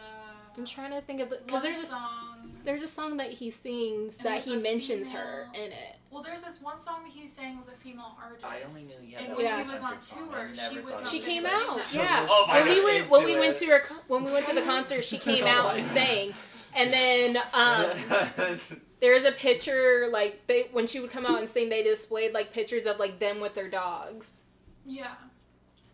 Speaker 2: I'm trying to think of because
Speaker 6: one
Speaker 2: there's a s-
Speaker 6: song.
Speaker 2: there's a song that he sings
Speaker 6: And
Speaker 2: that
Speaker 6: there's
Speaker 2: he
Speaker 6: a
Speaker 2: mentions her
Speaker 6: female-
Speaker 2: in it.
Speaker 6: Well, there's this one song that he sang with a female artist.
Speaker 5: I only knew he had
Speaker 6: And
Speaker 5: that
Speaker 6: when
Speaker 2: one
Speaker 6: he was on
Speaker 5: record song. I
Speaker 6: tour, she
Speaker 5: never thought
Speaker 6: would. jump
Speaker 5: of
Speaker 2: She
Speaker 6: in
Speaker 2: came
Speaker 6: and sing
Speaker 2: out,
Speaker 6: that.
Speaker 2: yeah.
Speaker 3: Oh my
Speaker 2: when we
Speaker 3: God,
Speaker 2: went
Speaker 3: into
Speaker 2: when we
Speaker 3: it.
Speaker 2: went to her con- when we went to the concert, she came out and sang, and then um, There's a picture like they when she would come out and sing, they displayed like pictures of like them with their dogs.
Speaker 6: Yeah.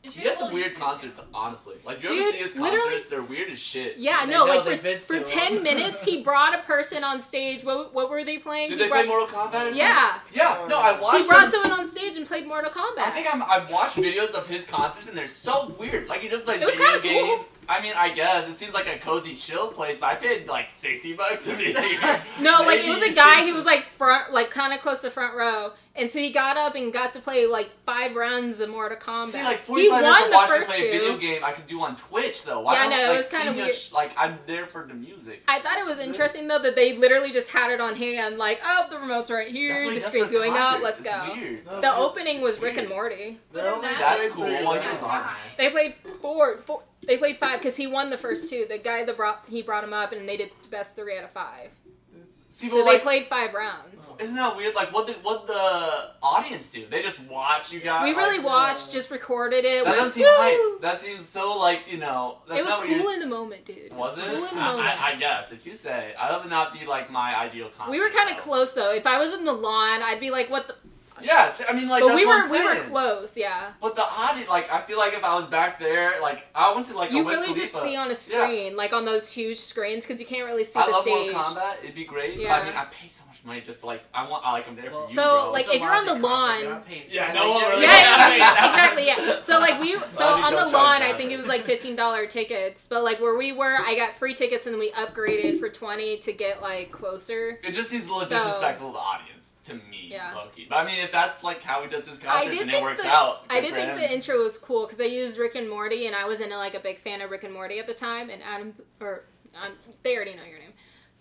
Speaker 6: And she
Speaker 3: he
Speaker 6: had a
Speaker 3: has some
Speaker 6: little
Speaker 3: weird
Speaker 6: YouTube
Speaker 3: concerts,
Speaker 6: channel.
Speaker 3: honestly. Like you
Speaker 2: Dude,
Speaker 3: ever see his
Speaker 2: literally-
Speaker 3: concerts? They're weird as shit.
Speaker 2: Yeah,
Speaker 5: They
Speaker 2: no,
Speaker 5: know
Speaker 2: like
Speaker 5: they've
Speaker 2: for,
Speaker 5: been
Speaker 2: for
Speaker 5: to
Speaker 2: ten
Speaker 5: them.
Speaker 2: minutes he brought a person on stage. What what were they playing?
Speaker 3: Did
Speaker 2: he
Speaker 3: they
Speaker 2: brought,
Speaker 3: play Mortal Kombat? Or something?
Speaker 2: Yeah,
Speaker 3: Yeah. No, I watched.
Speaker 2: he brought
Speaker 3: them-
Speaker 2: someone on stage and played Mortal Kombat.
Speaker 3: I think I'm, I've watched videos of his concerts and they're so weird. Like he just plays
Speaker 2: It was
Speaker 3: video
Speaker 2: kinda cool.
Speaker 3: games. I mean, I guess it seems like a cozy chill place, but I paid like sixty bucks to be here.
Speaker 2: no, like it
Speaker 3: Maybe
Speaker 2: was a guy
Speaker 3: six-
Speaker 2: who was like front, like kind of close to front row, and so he got up and got to play like five rounds of Mortal Kombat.
Speaker 3: See, like
Speaker 2: he
Speaker 3: forty-five minutes
Speaker 2: won
Speaker 3: of
Speaker 2: the
Speaker 3: watching him
Speaker 2: first
Speaker 3: play
Speaker 2: two.
Speaker 3: a video game, I could do on Twitch though. Why
Speaker 2: Yeah, I
Speaker 3: don't
Speaker 2: know, it
Speaker 3: like
Speaker 2: was kinda
Speaker 3: seeing a
Speaker 2: weird.
Speaker 3: sh- like I'm there for the music.
Speaker 2: I thought it was interesting though that they literally just had it on hand, like, oh, the remote's right
Speaker 3: That's
Speaker 2: here,
Speaker 3: what he
Speaker 2: the
Speaker 3: does
Speaker 2: screen's
Speaker 3: for his
Speaker 2: going up, let's
Speaker 3: concerts.
Speaker 2: go.
Speaker 3: It's weird.
Speaker 4: No,
Speaker 2: The
Speaker 4: it-
Speaker 2: opening was
Speaker 3: It's
Speaker 2: Rick and
Speaker 3: weird.
Speaker 2: Morty.
Speaker 6: But
Speaker 4: Well,
Speaker 6: there's
Speaker 3: that's
Speaker 6: that
Speaker 3: cool.
Speaker 6: guy.
Speaker 3: Well, he was on it.
Speaker 2: They played four, four they played five because he won the first two. The guy that brought he brought him up, and they did the best three out of five.
Speaker 4: It's-
Speaker 3: See,
Speaker 2: So
Speaker 3: but
Speaker 2: they
Speaker 3: like,
Speaker 2: played five rounds.
Speaker 3: isn't that weird? Like, what the what the audience do? They just watch you guys.
Speaker 2: We really
Speaker 3: like,
Speaker 2: watched, just recorded it.
Speaker 3: Oh, That
Speaker 2: went,
Speaker 3: doesn't seem
Speaker 2: "Woo!"
Speaker 3: hype. That seems so like you know. That's
Speaker 2: It was
Speaker 3: not what you-
Speaker 2: cool in the moment, dude.
Speaker 3: Was it?
Speaker 2: Cool in the
Speaker 3: I,
Speaker 2: moment.
Speaker 3: I, I guess if you say, I would not be like my ideal concert.
Speaker 2: we were kind of
Speaker 3: though.
Speaker 2: close though. If I was in the lawn, I'd be like, "What the?"
Speaker 3: Yes, I mean like.
Speaker 2: but
Speaker 3: that's
Speaker 2: we
Speaker 3: what
Speaker 2: were
Speaker 3: I'm
Speaker 2: we were
Speaker 3: saying.
Speaker 2: close, yeah.
Speaker 3: But the audience, like, I feel like if I was back there, like, I went to like a
Speaker 2: you
Speaker 3: Wiz
Speaker 2: really just
Speaker 3: Khalifa.
Speaker 2: see on a screen, like on those huge screens, because you can't really see
Speaker 3: I
Speaker 2: the
Speaker 3: love
Speaker 2: stage.
Speaker 3: Mortal Kombat. It'd be great. But
Speaker 2: Yeah.
Speaker 3: I mean, I pay so much money just to, like I want. I like I'm there
Speaker 5: Well,
Speaker 3: for you,
Speaker 2: So,
Speaker 3: bro.
Speaker 2: like,
Speaker 5: It's a
Speaker 2: if you're on the
Speaker 5: Logic concert, you're
Speaker 2: lawn-
Speaker 5: not paying
Speaker 3: Yeah,
Speaker 5: for
Speaker 3: no
Speaker 5: it.
Speaker 3: one really-
Speaker 2: yeah, yeah, yeah, exactly.
Speaker 3: Yeah.
Speaker 2: Yeah. So like we, so
Speaker 3: Why do you
Speaker 2: on
Speaker 3: go
Speaker 2: the
Speaker 3: charge
Speaker 2: lawn, I
Speaker 3: that?
Speaker 2: think it was like fifteen dollar tickets. But like where we were, I got free tickets and we upgraded for twenty to get like closer.
Speaker 3: It just seems a little
Speaker 2: So-
Speaker 3: disrespectful to the audience to me,
Speaker 2: Yeah.
Speaker 3: Loki. But I mean, if that's like how he does his
Speaker 2: I
Speaker 3: concerts
Speaker 2: did
Speaker 3: and it
Speaker 2: think
Speaker 3: works
Speaker 2: that-
Speaker 3: out,
Speaker 2: I
Speaker 3: good
Speaker 2: did
Speaker 3: for
Speaker 2: think
Speaker 3: him.
Speaker 2: the intro was cool because they used Rick and Morty, and I wasn't like a big fan of Rick and Morty at the time. And Adams, or um, they already know your name.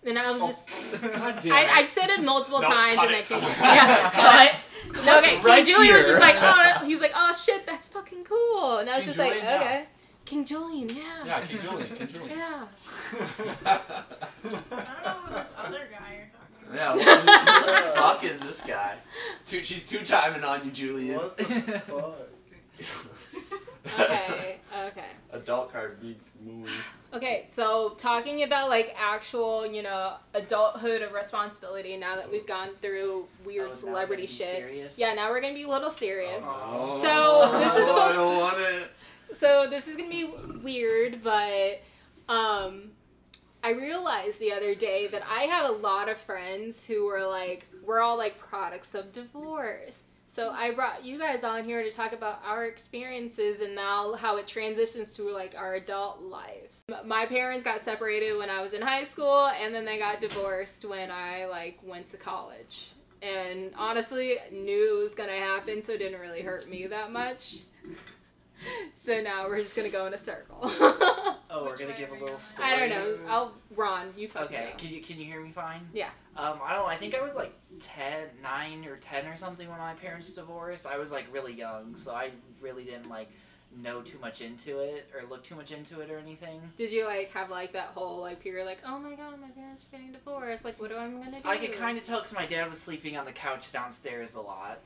Speaker 2: And I was just,
Speaker 5: God damn
Speaker 2: I,
Speaker 5: it.
Speaker 2: I've said it multiple
Speaker 3: Oh, No,
Speaker 2: times,
Speaker 3: cut
Speaker 2: and I
Speaker 3: it.
Speaker 2: changed it. Yeah, cut. No, okay.
Speaker 5: right
Speaker 2: King Julian was just
Speaker 5: here.
Speaker 2: like, oh, that- he's like, oh shit, that's fucking cool, and I was
Speaker 3: King
Speaker 2: just like,
Speaker 3: Julian, yeah.
Speaker 2: okay, King Julian, yeah,
Speaker 3: yeah, King Julian, King Julian.
Speaker 2: yeah.
Speaker 6: I don't know who this other guy you're talking
Speaker 3: yeah, what the fuck is this guy? Two, she's two timing on you, Julian.
Speaker 4: What the fuck?
Speaker 2: Okay, okay,
Speaker 3: Adult card beats movie.
Speaker 2: okay. So talking about like actual, you know, adulthood of responsibility. Now that we've gone through
Speaker 5: Oh, now
Speaker 2: weird
Speaker 5: we're
Speaker 2: celebrity
Speaker 5: getting
Speaker 2: shit,
Speaker 5: serious?
Speaker 2: yeah. Now we're gonna be a little serious.
Speaker 3: Oh.
Speaker 2: So, this is
Speaker 3: Oh,
Speaker 2: what-
Speaker 3: I don't want it.
Speaker 2: So this is gonna be weird, but um, I I realized the other day that I had a lot of friends who were like, we're all like products of divorce. So I brought you guys on here to talk about our experiences and now how it transitions to like our adult life. M- My parents got separated when I was in high school and then they got divorced when I like went to college. And honestly, knew it was gonna happen, so it didn't really hurt me that much. So now we're just gonna go in a circle.
Speaker 5: Oh, we're
Speaker 6: Which
Speaker 5: gonna
Speaker 6: way
Speaker 5: give a
Speaker 6: are we
Speaker 5: little
Speaker 6: going?
Speaker 5: story.
Speaker 2: I don't know. I'll Ron, you fucking
Speaker 5: Okay,
Speaker 2: know.
Speaker 5: can you can you hear me fine?
Speaker 2: Yeah.
Speaker 5: Um, I don't. I think I was like 10, 9 or ten or something when my parents divorced. I was like really young, so I really didn't like know too much into it or look too much into it or anything.
Speaker 2: Did you like have like that whole like period like oh my god my parents are getting divorced like what am I gonna do?
Speaker 5: I could kind of tell because my dad was sleeping on the couch downstairs a lot.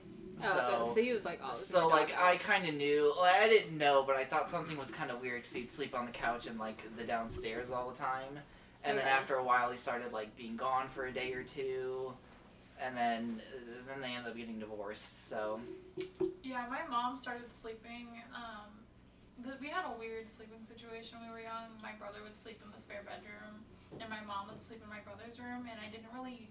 Speaker 2: oh,
Speaker 5: So,
Speaker 2: so he was like all
Speaker 5: so like I kind of knew. Like, I didn't know, but I thought something was kind of weird because he'd sleep on the couch and like the downstairs all the time. And then
Speaker 2: Okay.
Speaker 5: after a while, he started like being gone for a day or two, and then uh, then they ended up getting divorced. So
Speaker 6: Yeah, my mom started sleeping. Um, th- we had a weird sleeping situation when we were young. My brother would sleep in the spare bedroom, and my mom would sleep in my brother's room. And I didn't really,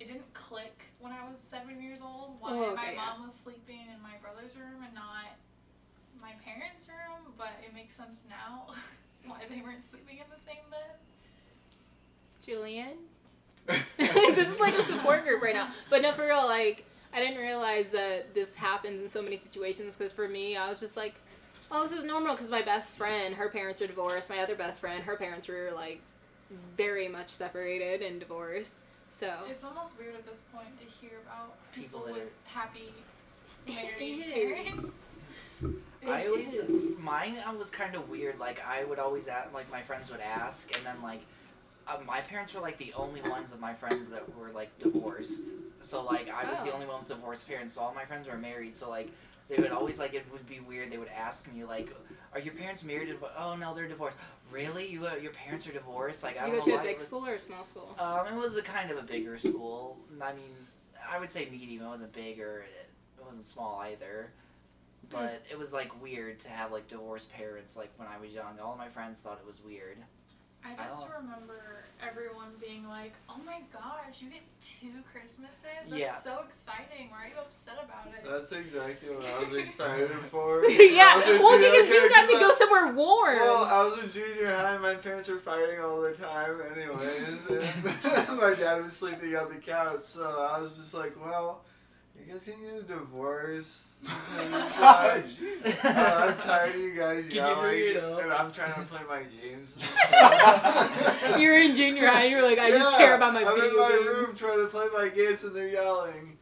Speaker 6: it didn't click when I was seven years old why
Speaker 2: Oh,
Speaker 6: my
Speaker 2: okay, yeah.
Speaker 6: mom was sleeping in my brother's room and not my parents' room. But it makes sense now why they weren't sleeping in the same bed.
Speaker 2: Julian. this is like a support group right now. But no, for real, like I didn't realize that this happens in so many situations. Because for me, I was just like, oh, this is normal. Because my best friend, her parents are divorced. My other best friend, her parents were like very much separated and divorced. So
Speaker 6: It's almost weird at this point to hear about
Speaker 5: People
Speaker 6: people,
Speaker 5: that
Speaker 6: with
Speaker 5: are-
Speaker 6: happy married
Speaker 2: It is.
Speaker 6: parents.
Speaker 5: I
Speaker 2: It
Speaker 5: always
Speaker 2: is.
Speaker 5: mine uh, was kind of weird. Like I would always ask, like my friends would ask, and then like uh, my parents were like the only ones of my friends that were like divorced. So like I was the
Speaker 2: Oh.
Speaker 5: only one with divorced parents. So all my friends were married. So like they would always like it would be weird. They would ask me like, "Are your parents married?" Oh no, they're divorced. Really? You uh, your parents are divorced? Like I
Speaker 2: did
Speaker 5: don't
Speaker 2: you
Speaker 5: know
Speaker 2: go to
Speaker 5: why
Speaker 2: a
Speaker 5: it
Speaker 2: big
Speaker 5: was-
Speaker 2: school or a small school?
Speaker 5: Um, it was a kind of a bigger school. I mean, I would say medium. It wasn't big or it, it wasn't small either. But it was like weird to have like divorced parents. Like when I was young, all my friends thought it was weird.
Speaker 6: I
Speaker 5: I
Speaker 6: just
Speaker 5: don't-
Speaker 6: remember everyone being like, "Oh my gosh, you get two Christmases! That's
Speaker 5: Yeah.
Speaker 6: so exciting! Why are you upset about it?"
Speaker 4: That's exactly what I was excited for. I
Speaker 2: yeah.
Speaker 4: was a
Speaker 2: Well,
Speaker 4: junior-
Speaker 2: because you
Speaker 4: okay,
Speaker 2: got to
Speaker 4: 'cause I-
Speaker 2: go somewhere warm.
Speaker 4: Well, I was in junior high. My parents were fighting all the time, anyways. And my dad was sleeping on the couch, so I was just like, "Well, you guys can get a divorce."
Speaker 3: God,
Speaker 4: Uh, I'm
Speaker 3: Oh,
Speaker 4: tired of you guys
Speaker 5: Can you
Speaker 4: yelling,
Speaker 5: hurry it up?
Speaker 4: and I'm trying to play my games.
Speaker 2: You're in junior high and you're like, I just
Speaker 4: Yeah,
Speaker 2: care about my
Speaker 4: I'm
Speaker 2: video
Speaker 4: in my
Speaker 2: games.
Speaker 4: room trying to play my games, and they're yelling.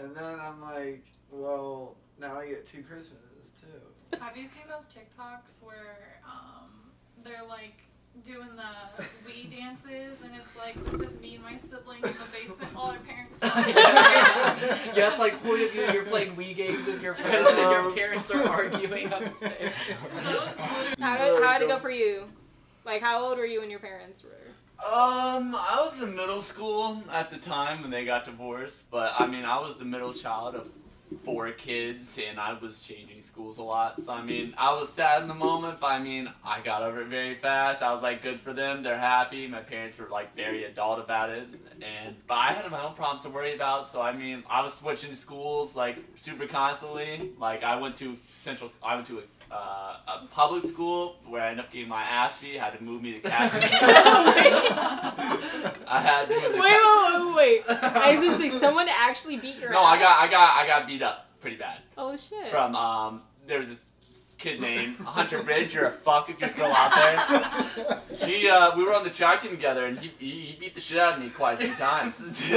Speaker 4: And then I'm like, "Well, now I get two Christmases too."
Speaker 6: Have you seen those TikToks where um, they're like doing the we dances, and it's like, "This is me and my sibling in the basement while our parents." are upstairs."
Speaker 5: yeah, it's like point of view. You're playing Wii games with your friends, and your
Speaker 4: Um.
Speaker 5: parents are arguing upstairs.
Speaker 2: How did, how did it go for you? Like, how old were you when your parents were?
Speaker 3: Um, I was in middle school at the time when they got divorced, but I mean, I was the middle child of four kids, and I was changing schools a lot. So I mean, I was sad in the moment, but I mean, I got over it very fast. I was like, good for them, they're happy. My parents were like very adult about it, and but I had my own problems to worry about. So I mean, I was switching schools like super constantly. Like I went to central, I went to a uh, a public school where I ended up getting my ass beat, had to move me to Catholic. I had to move
Speaker 2: Wait,
Speaker 3: to
Speaker 2: wait,
Speaker 3: Catholic.
Speaker 2: wait, wait. wait. I was gonna say, someone actually beat your
Speaker 3: No,
Speaker 2: ass.
Speaker 3: I got, I got, I got beat up pretty bad
Speaker 2: Oh shit.
Speaker 3: from um. There was this kid named Hunter Bridge. You're a fuck if you're still out there. He, uh, we were on the track team together, and he, he, he beat the shit out of me quite a few times.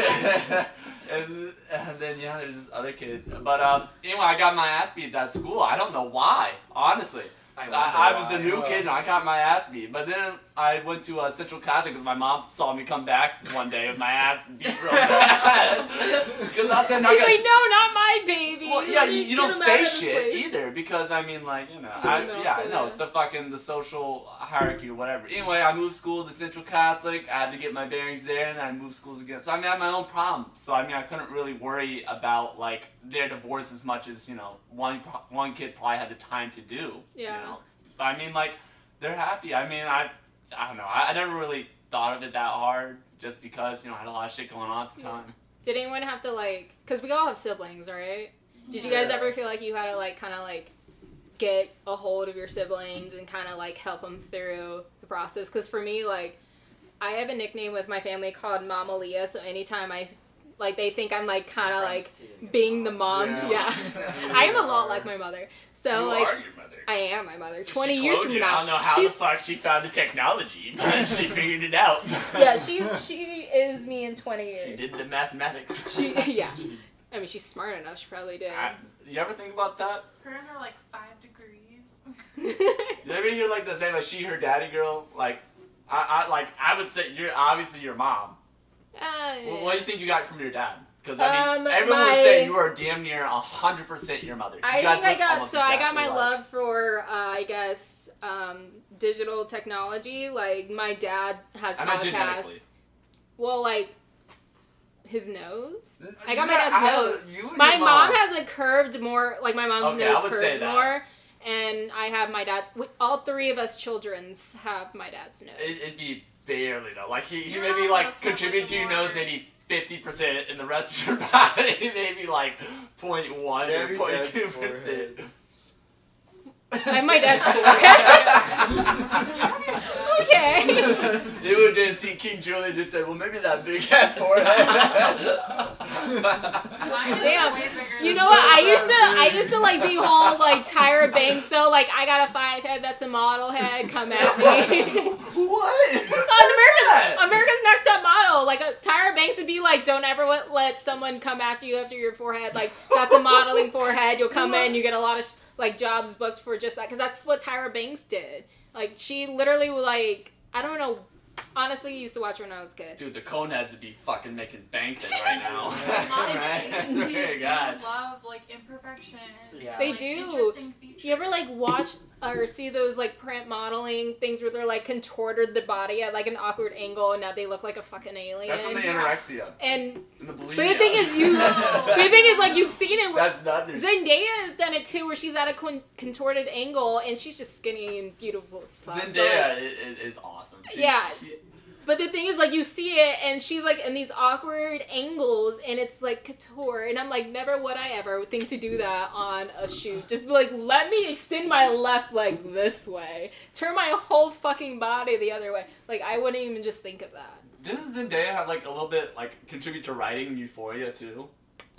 Speaker 3: and, and then yeah, there's this other kid. But um, anyway, I got my ass beat at that school. I don't know why, honestly. I, I was the
Speaker 5: wonder
Speaker 3: new
Speaker 5: why.
Speaker 3: kid and I got my ass beat. But then I went to uh, Central Catholic because my mom saw me come back one day with my ass beat real bad. Because I said,
Speaker 2: She's
Speaker 3: "No, I
Speaker 2: like, no,
Speaker 3: gotta
Speaker 2: not my baby.
Speaker 3: well, yeah, you, you don't
Speaker 2: Get him out
Speaker 3: say
Speaker 2: of this
Speaker 3: shit
Speaker 2: place.
Speaker 3: either because I mean, like, you know,
Speaker 2: You're
Speaker 3: I,
Speaker 2: in middle
Speaker 3: yeah,
Speaker 2: school,
Speaker 3: no,
Speaker 2: yeah.
Speaker 3: it's the fucking the social hierarchy or whatever. Anyway, I moved school to Central Catholic. I had to get my bearings there, and I moved schools again. So I mean, I had my own problems. So I mean, I couldn't really worry about like their divorce as much as you know one pro- one kid probably had the time to do.
Speaker 2: Yeah.
Speaker 3: You know? But I mean, like, they're happy. I mean, I I don't know. I, I never really thought of it that hard just because, you know, I had a lot of shit going on at the
Speaker 2: Yeah.
Speaker 3: time.
Speaker 2: Did anyone have to like? Cause we all have siblings, right? Did you guys
Speaker 5: Yes.
Speaker 2: ever feel like you had to like kind of like get a hold of your siblings and kind of like help them through the process? Cause for me, like, I have a nickname with my family called Mama Leah. So anytime I like, they think I'm like kind of like being the mom.
Speaker 4: Yeah.
Speaker 2: Yeah, I am a lot like my mother. So
Speaker 3: you
Speaker 2: like,
Speaker 3: are your mother.
Speaker 2: I am my mother.
Speaker 3: She
Speaker 2: Twenty years
Speaker 3: cloned
Speaker 2: from
Speaker 3: you.
Speaker 2: now,
Speaker 3: I don't know how
Speaker 2: she's
Speaker 3: the fuck she found the technology, but she figured it out.
Speaker 2: yeah, she's she is me in twenty years.
Speaker 3: She did the mathematics.
Speaker 2: She yeah.
Speaker 3: She-
Speaker 2: I mean, she's smart enough. She probably did.
Speaker 3: I- you ever think about that?
Speaker 6: Her and her like five degrees.
Speaker 3: You ever hear like the saying like she her daddy girl? Like I, I like I would say you're obviously your mom. Well, what do you think you got from your dad? Because I mean,
Speaker 2: Uh, Um,
Speaker 3: everyone
Speaker 2: my-
Speaker 3: would say you are damn near hundred percent your mother. You
Speaker 2: I
Speaker 3: guys
Speaker 2: think I
Speaker 3: look
Speaker 2: got
Speaker 3: almost
Speaker 2: so I got
Speaker 3: exactly
Speaker 2: my
Speaker 3: alike.
Speaker 2: love for uh, I guess um, digital technology. Like my dad has
Speaker 3: I meant genetically.
Speaker 2: podcasts. Well, like his nose. I got my
Speaker 4: Yeah,
Speaker 2: dad's
Speaker 4: I have-
Speaker 2: nose.
Speaker 4: you and
Speaker 2: My
Speaker 4: your
Speaker 2: mom has like curved more. Like my mom's
Speaker 3: Okay, I
Speaker 2: nose
Speaker 3: would say
Speaker 2: curves
Speaker 3: that.
Speaker 2: more, and I have my dad. we- All three of us children's have my dad's nose.
Speaker 3: It, it'd be barely though. Like he, he
Speaker 6: Your
Speaker 3: maybe
Speaker 6: mom
Speaker 3: like
Speaker 6: knows how to
Speaker 3: contribute
Speaker 6: live
Speaker 3: to your
Speaker 6: more.
Speaker 3: nose maybe fifty percent, and the rest of your body maybe like point one
Speaker 4: Yeah,
Speaker 3: or
Speaker 4: your
Speaker 3: point
Speaker 4: dad's
Speaker 3: two percent.
Speaker 4: forehead.
Speaker 2: I might add okay.
Speaker 3: They would just see King Julian just said, "Well, maybe that big ass forehead."
Speaker 6: Mine is
Speaker 2: Damn.
Speaker 6: way bigger
Speaker 2: You
Speaker 6: than
Speaker 2: know what? I
Speaker 6: hers.
Speaker 2: used to, I used to like the whole like Tyra Banks though. Like I got a five head, that's a model head. Come at me.
Speaker 3: what? Who said
Speaker 2: On America-
Speaker 3: that?
Speaker 2: America's Next Top Model. Like uh, Tyra Banks would be like, don't ever let- let someone come after you after your forehead. Like that's a modeling forehead. You'll come in, you get a lot of sh- like jobs booked for just that because that's what Tyra Banks did. Like she literally like I don't know. Honestly, used to watch her when I was a kid.
Speaker 3: Dude, the Coneheads would be fucking making bank then right now.
Speaker 6: A lot of
Speaker 3: Right?
Speaker 6: agencies
Speaker 3: Dear
Speaker 6: do
Speaker 3: God.
Speaker 6: love like imperfections.
Speaker 5: Yeah.
Speaker 6: and,
Speaker 2: They
Speaker 6: like,
Speaker 2: do.
Speaker 6: Interesting features. Oh,
Speaker 2: You ever like watch or see those like print modeling things where they're like contorted the body at like an awkward angle and now they look like a fucking alien?
Speaker 3: That's from the anorexia
Speaker 2: and
Speaker 3: and the bulimia.
Speaker 2: the thing is, you-
Speaker 6: but
Speaker 2: the thing is like you've seen it.
Speaker 3: That's not there's
Speaker 2: Zendaya has done it too, where she's at a con- contorted angle and she's just skinny and beautiful as fuck. but, like-
Speaker 3: Zendaya i- i- is awesome. She's-
Speaker 2: Yeah.
Speaker 3: she-
Speaker 2: But the thing is, like, you see it and she's like in these awkward angles and it's like couture. And I'm like, never would I ever think to do that on a shoot. Just be like, let me extend my left leg this way, turn my whole fucking body the other way. Like, I wouldn't even just think of that.
Speaker 3: Does Zendaya have like a little bit like contribute to writing Euphoria too?